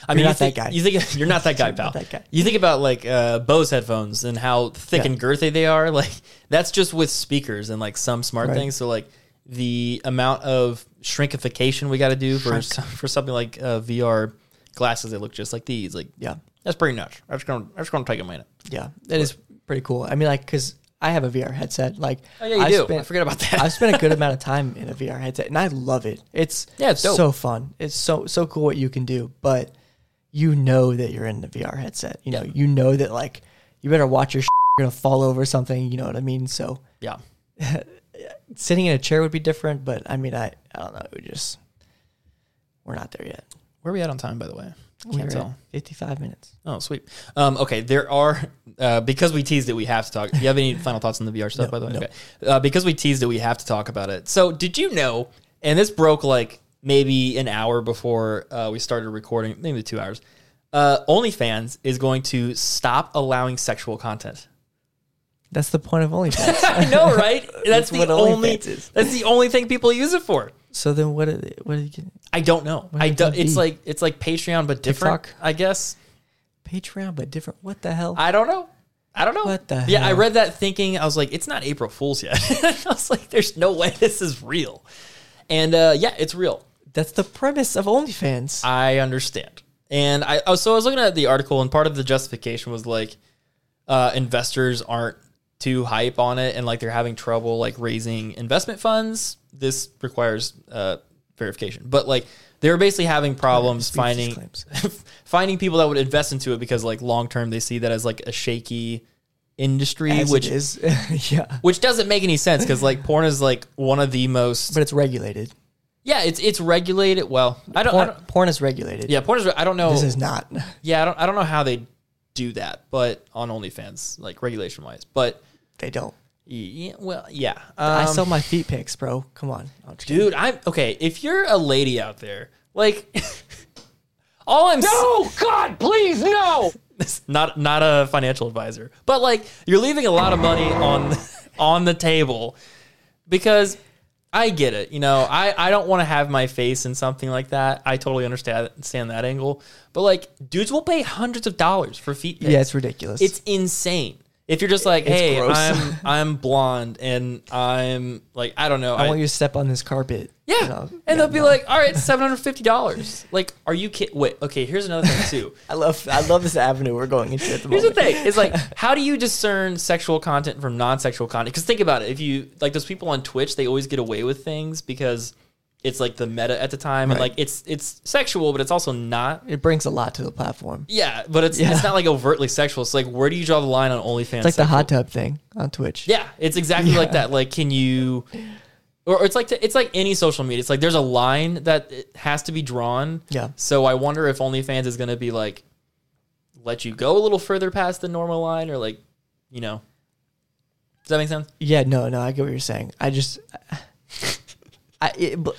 C: I
A: You're
C: mean, you
A: not
C: think,
A: that guy. [laughs]
C: You think you're not that guy, pal.
A: that guy.
C: You think about like uh, Bose headphones and how thick and girthy they are. [laughs] Like that's just with speakers and like some smart things. So like the amount of shrinkification we got to do for some- for something like uh, VR glasses that look just like these. Like
A: Yeah.
C: that's pretty nuts. That's gonna that's gonna take a minute.
A: Yeah, that is pretty cool. I mean, like, because I have a VR headset. Like, oh
C: yeah, you
A: I
C: do. I forget about that.
A: I've spent a
C: [laughs]
A: good amount of time in a VR headset, and I love it. It's
C: Yeah, it's dope.
A: so fun. It's so so cool what you can do. But you know that you're in the VR headset. You know, you know that like you better watch your. Shit. You're gonna fall over something. You know what I mean? So
C: Yeah.
A: sitting in a chair would be different, but I mean, I I don't know. It would just we're not there yet.
C: Where are we at on time, by the way? Can't tell.
A: Fifty five minutes.
C: Oh, sweet. Um, okay, there are uh, because we teased it, we have to talk. Do you
A: [laughs]
C: have any final thoughts on the VR stuff? by the way, okay. Uh, because we teased it, we have to talk about it. So, did you know? And this broke like maybe an hour before uh, we started recording, maybe two hours. Uh, OnlyFans is going to stop allowing
A: [laughs]
C: sexual content.
A: That's the point of
C: [laughs]
A: OnlyFans.
C: I know, right? That's, the
A: what
C: only.
A: OnlyFans is.
C: That's the only thing people use it for.
A: so then, what? Are they, what are you getting?
C: I don't know. I
A: would
C: do,
A: that
C: It's
A: be?
C: like it's like Patreon, but different.
A: TikTok?
C: I guess.
A: Patreon, but different. What the hell?
C: I don't know. I don't know.
A: What the
C: Yeah, I
A: hell?
C: read that thinking I was like, it's not [laughs] April Fool's yet. I was like, there's no way this is real. And uh, yeah, it's real.
A: That's the premise of OnlyFans.
C: I understand. And I oh, so I was looking at the article, and part of the justification was like uh, investors aren't too hype on it, and like they're having trouble like raising investment funds. This requires uh, verification, but like they were basically having problems finding
A: claims.
C: [laughs] finding people that would invest into it because like long term they see that as like a shaky industry,
A: As
C: which
A: it is [laughs] yeah,
C: which doesn't make any sense because like porn is like one of the most
A: but it's regulated.
C: yeah it's it's regulated. Well, I don't, I
A: Porn,
C: don't
A: porn is regulated.
C: yeah porn is I don't know
A: This is not. [laughs]
C: yeah, I don't I don't know how they do that, but on OnlyFans, like regulation wise. But
A: They don't.
C: yeah, well, yeah.
A: I
C: Um,
A: sell my feet pics, bro. Come on. I'm just kidding.
C: dude, I'm okay. If you're a lady out there, like [laughs] all I'm no
F: God, please, no!
C: [laughs] not not a financial advisor, but like you're leaving a lot of money on [laughs] on the table because I get it. You know, I I don't want to have my face in something like that. I totally understand understand that angle, but like dudes will pay hundreds of dollars for feet. pics.
A: Yeah, it's ridiculous.
C: It's insane. If you're just like, hey,
A: gross. [laughs]
C: I'm I'm blonde and I'm like I don't know,
A: I
C: I-
A: want you to step on this carpet.
C: yeah,
A: You know?
C: and they'll be like, all right, seven hundred fifty dollars. [laughs] Like, are you kidding? Wait, okay, here's another thing too. [laughs]
A: I love I love this avenue we're going into at the
C: Here's the
A: moment.
C: thing: it's like, [laughs] how do you discern sexual content from non-sexual content? Because think about it: if you like those people on Twitch, they always get away with things because it's like the meta at the time, and like it's it's sexual, but it's also not.
A: It brings a lot to the platform.
C: Yeah, but it's it's not like overtly sexual. It's like, where do you draw the line on
A: It's
C: OnlyFans?
A: like the
C: sexual?
A: hot tub thing on Twitch.
C: Yeah, it's exactly like that. Like, can you? Or or it's like it's like any social media. It's like there's a line that it has to be drawn.
A: Yeah.
C: So I wonder if OnlyFans is going to be like, let you go a little further past the normal line, or like, you know, does that make sense?
A: Yeah, no, no, I get what you're saying. I just, I it, bl-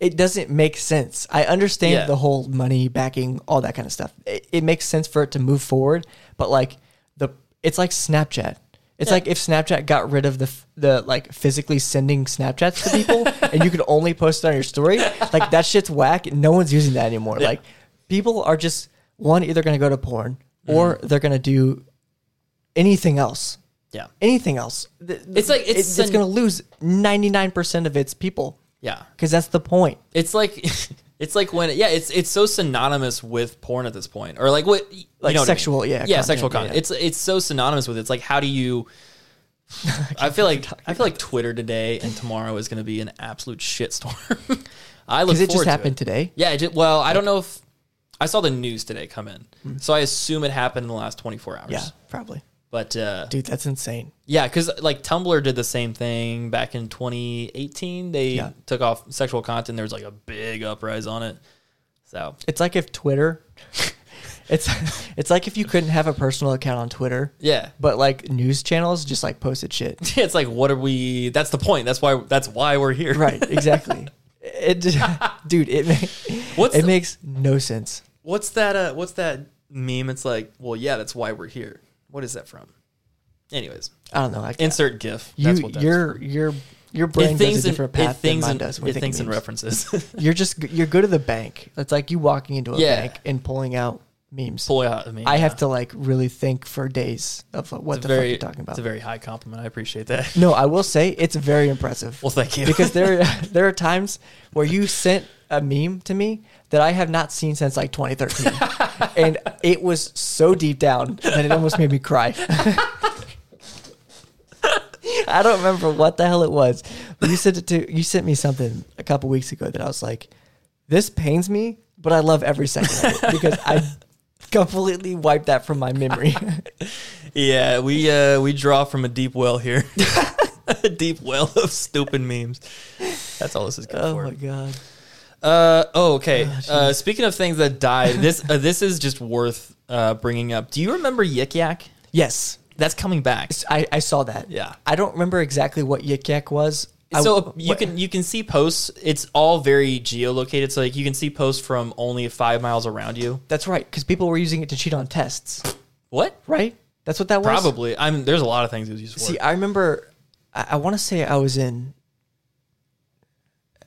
A: it doesn't make sense. I understand
C: Yeah.
A: the whole money backing, all that kind of stuff. It, it makes sense for it to move forward, but like the, it's like Snapchat. It's like if Snapchat got rid of the f- the like physically sending Snapchats to people, and you could only post it on your story. Like that shit's whack. and No one's using that anymore. Like people are just one either going to go to porn or they're going to do anything else
C: Yeah.
A: anything else. Th- th-
C: It's like-
A: it-
C: it's
A: it's,
C: an-
A: going to lose ninety nine percent of its people
C: Yeah.
A: because that's the point.
C: It's like. [laughs] It's like when yeah, it's it's so synonymous with porn at this point, or like what you
A: Like
C: know what I mean.
A: sexual, yeah,
C: yeah,
A: content,
C: sexual
A: yeah,
C: content.
A: yeah.
C: It's it's so synonymous with it. it's like how do
A: [laughs]
C: you? I feel like I feel like Twitter today and tomorrow is going to be an absolute shitstorm. [laughs] I look
A: Because it just
C: forward to
A: happened
C: it.
A: today.
C: Yeah, it ju- well, I don't know if I saw the news today come in, so I assume it happened in the last twenty four hours.
A: Mm. Yeah, probably,
C: but uh,
A: dude. That's insane.
C: yeah, because like Tumblr did the same thing back in twenty eighteen. They
A: Yeah.
C: took off sexual content. There was like a big uprise on it. So
A: It's like if Twitter. [laughs] It's [laughs] it's like if you couldn't have a personal account on Twitter,
C: yeah, [laughs]
A: but like news channels just like posted shit.
C: it's like what are we? That's the point. That's why that's why we're here.
A: Right, exactly. [laughs] It, dude, it ma-
C: [laughs] What's
A: it
C: the-
A: makes no sense.
C: What's that? Uh, what's that meme? It's like, well, yeah, that's why we're here. What is that from? Anyways,
A: I don't know. I,
C: insert GIF.
A: you,
C: that's what that's
A: your your your brain goes a different path than mine
C: in,
A: does. when
C: it
A: thinking
C: thinks in
A: memes.
C: references. [laughs]
A: You're just you're good at the bank. It's like you walking into a
C: Yeah.
A: bank and pulling out memes.
C: Boy, I mean,
A: I have
C: yeah.
A: to like really think for days of like, what
C: It's
A: the
C: a
A: fuck
C: very,
A: you're talking about.
C: It's a very high compliment. I appreciate that.
A: no, I will say it's very impressive.
C: Well, thank you.
A: because there [laughs] there are times where you sent a meme to me that I have not seen since like 2013, and it was so deep down that it almost made me cry. [laughs] I don't remember what the hell it was. But you sent it to you sent me something a couple weeks ago that I was like, this pains me, but I love every second of it because I completely wiped that from my memory. [laughs]
C: yeah, we uh, we draw from a deep
A: [laughs]
C: well here, a deep well of stupid memes. That's all this is good
A: oh
C: for.
A: my god.
C: Uh, oh, okay. uh, speaking of things that died, this uh, this is just worth uh, bringing up. Do you remember Yik Yak?
A: Yes.
C: That's coming back.
A: I, I saw that.
C: Yeah.
A: I don't remember exactly what Yik Yak was. I-
C: so you
A: what-
C: can you can see posts. It's all very geolocated, so like you can see posts from only five miles around you.
A: That's right, because people were using it to cheat on tests,
C: What?
A: right? That's what that was.
C: Probably. I mean, there's a lot of things it was used for.
A: See, I remember. I, I want to say I was in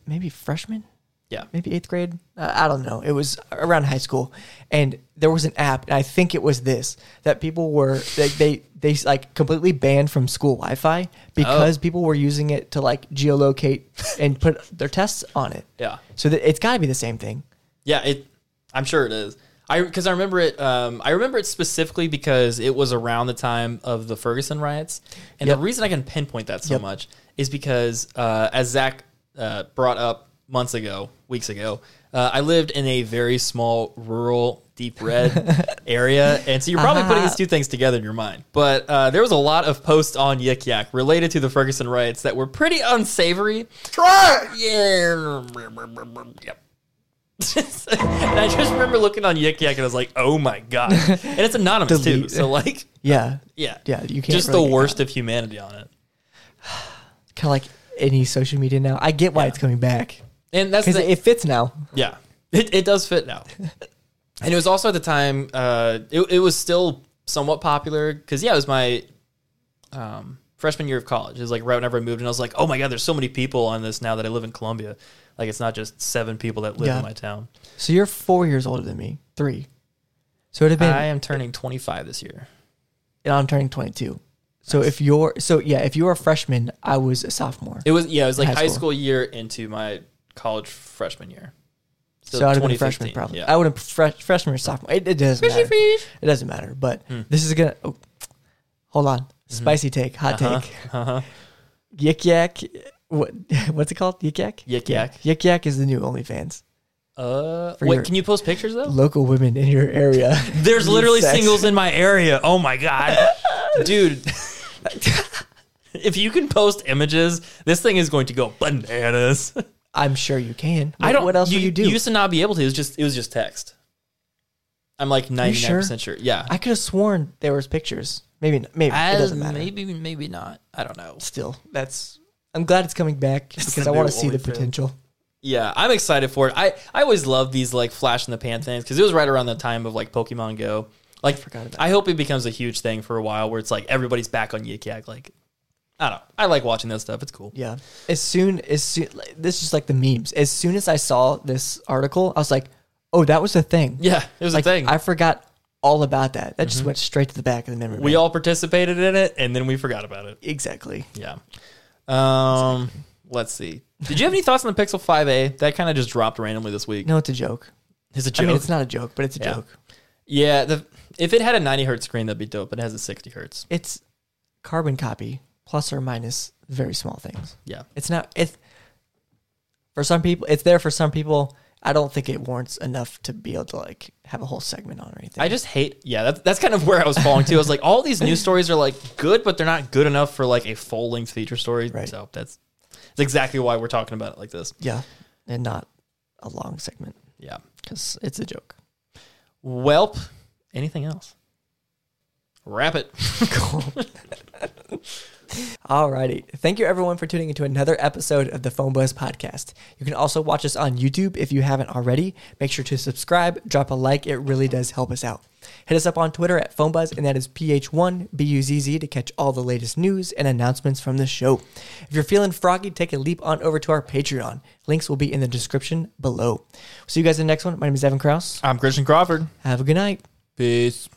A: maybe freshman,
C: Yeah.
A: maybe eighth grade. Uh, I don't know. It was around high school, and there was an app, and I think it was this that people were they they, they like completely banned from school Wi-Fi
C: Oh.
A: because people were using it to like geolocate and put their tests on it.
C: Yeah.
A: So that it's got to be the same thing.
C: Yeah, it. I'm sure it is. I because I remember it. Um, I remember it specifically because it was around the time of the Ferguson riots, and the reason I can pinpoint that so much is because uh, as Zach uh, brought up months ago, weeks ago, uh, I lived in a very small rural deep red area, and so you're probably putting these two things together in your mind. But uh, there was a lot of posts on Yik Yak related to the Ferguson riots that were pretty unsavory.
D: Try it!
C: Yeah. Yep. [laughs] and I just remember looking on Yik Yak and I was like, oh my God. And it's anonymous
A: [laughs]
C: too.
A: Delete.
C: So, like,
A: Yeah,
C: yeah.
A: yeah. You can't
C: Just
A: really
C: the worst of humanity on it.
A: Kind of like any social media now. I get why it's coming back
C: And that's
A: because
C: the,
A: it fits now.
C: yeah. It, it does
A: [laughs]
C: fit now. and it was also at the time, uh, it, it was still somewhat popular because, yeah, it was my um, freshman year of college. It was like right whenever I moved. And I was like, oh my God, there's so many people on this now that I live in Columbia. Like, it's not just seven people that live
A: Yeah.
C: in my town.
A: So you're four years older than me, three. So it'd have been
C: I am turning 25 this year.
A: and I'm turning 22. So if you're, so yeah, if you were a freshman, I was a sophomore.
C: It was yeah, it was like
A: High
C: high,
A: school.
C: school. year into my college freshman year.
A: so I would have been a freshman
C: 2015,
A: probably.
C: Yeah.
A: I would have fresh, freshman or sophomore. It, it doesn't matter. It doesn't matter. But
C: Hmm.
A: this is gonna. Oh, hold on,
C: Mm-hmm.
A: spicy take, hot
C: Uh-huh.
A: take.
C: [laughs]
A: Yik yak. What [laughs] what's it called? Yik yak.
C: Yik Yak.
A: Yik yak is the new OnlyFans.
C: uh,
A: For
C: wait,
A: your-
C: can you post
A: [laughs]
C: pictures though?
A: Local women in your area. [laughs]
C: There's
A: Need
C: literally
A: sex.
C: singles in my area. Oh my god, [laughs] dude. [laughs] if you can post images, this thing is going to go [laughs] bananas.
A: I'm sure you can. What, What else
C: you,
A: would you do?
C: You used to not be able to. It was just it was just text. I'm like 99 percent sure. Yeah,
A: I could have sworn there was pictures. Maybe not- maybe it
C: Uh,
A: doesn't matter.
C: Maybe maybe not. I don't know.
A: still that's i'm glad it's coming back because
C: the
A: i want to
C: new
A: see the
C: OnlyFans.
A: potential
C: Yeah, I'm excited for it. I, I always love these like flash in the pan things because it was right around the time of like Pokemon Go. Like, I,
A: forgot about
C: hope it becomes a huge thing for a while where it's like everybody's back on Yik Yak. Like, I don't know. I like watching that stuff. It's cool.
A: yeah as soon as soon like, this is like the memes as soon as i saw this article i was like oh that was a thing
C: Yeah, it was
A: like
C: a thing.
A: i forgot all about that that just went straight to the back of the memory
C: we
A: bank.
C: all participated in it and then we forgot about it.
A: exactly
C: Yeah. Um, let's see. Did you have any thoughts on the Pixel 5a? That kind of just dropped randomly this week.
A: no it's a joke.
C: It's a joke.
A: i mean it's not a joke but it's a
C: Yeah.
A: joke
C: yeah, the, if it had a 90 hertz screen, that'd be dope. But it has a 60 hertz.
A: it's carbon copy plus or minus very small things
C: Yeah.
A: it's not it's for some people it's there for some people i don't think it warrants enough to be able to like have a whole segment on or anything
C: I just hate. Yeah, that's that's kind of where I was falling to. I was like, all these news stories are like good, but they're not good enough for like a full length feature story.
A: Right.
C: So that's that's exactly why we're talking about it like this.
A: Yeah, and not a long segment
C: Yeah.
A: because it's a joke.
C: Welp. Anything else? Wrap it.
A: [laughs] Alrighty. Thank you everyone for tuning into another episode of the Phone Buzz Podcast. You can also watch us on YouTube if you haven't already. Make sure to subscribe, drop a like, it really does help us out. Hit us up on Twitter at Phone Buzz, and that is PH1BUZZ to catch all the latest news and announcements from the show. If you're feeling froggy, take a leap on over to our Patreon. Links will be in the description below. See you guys in the next one. My name is Evan Krause.
C: I'm Christian Crawford.
A: Have a good night.
C: Peace.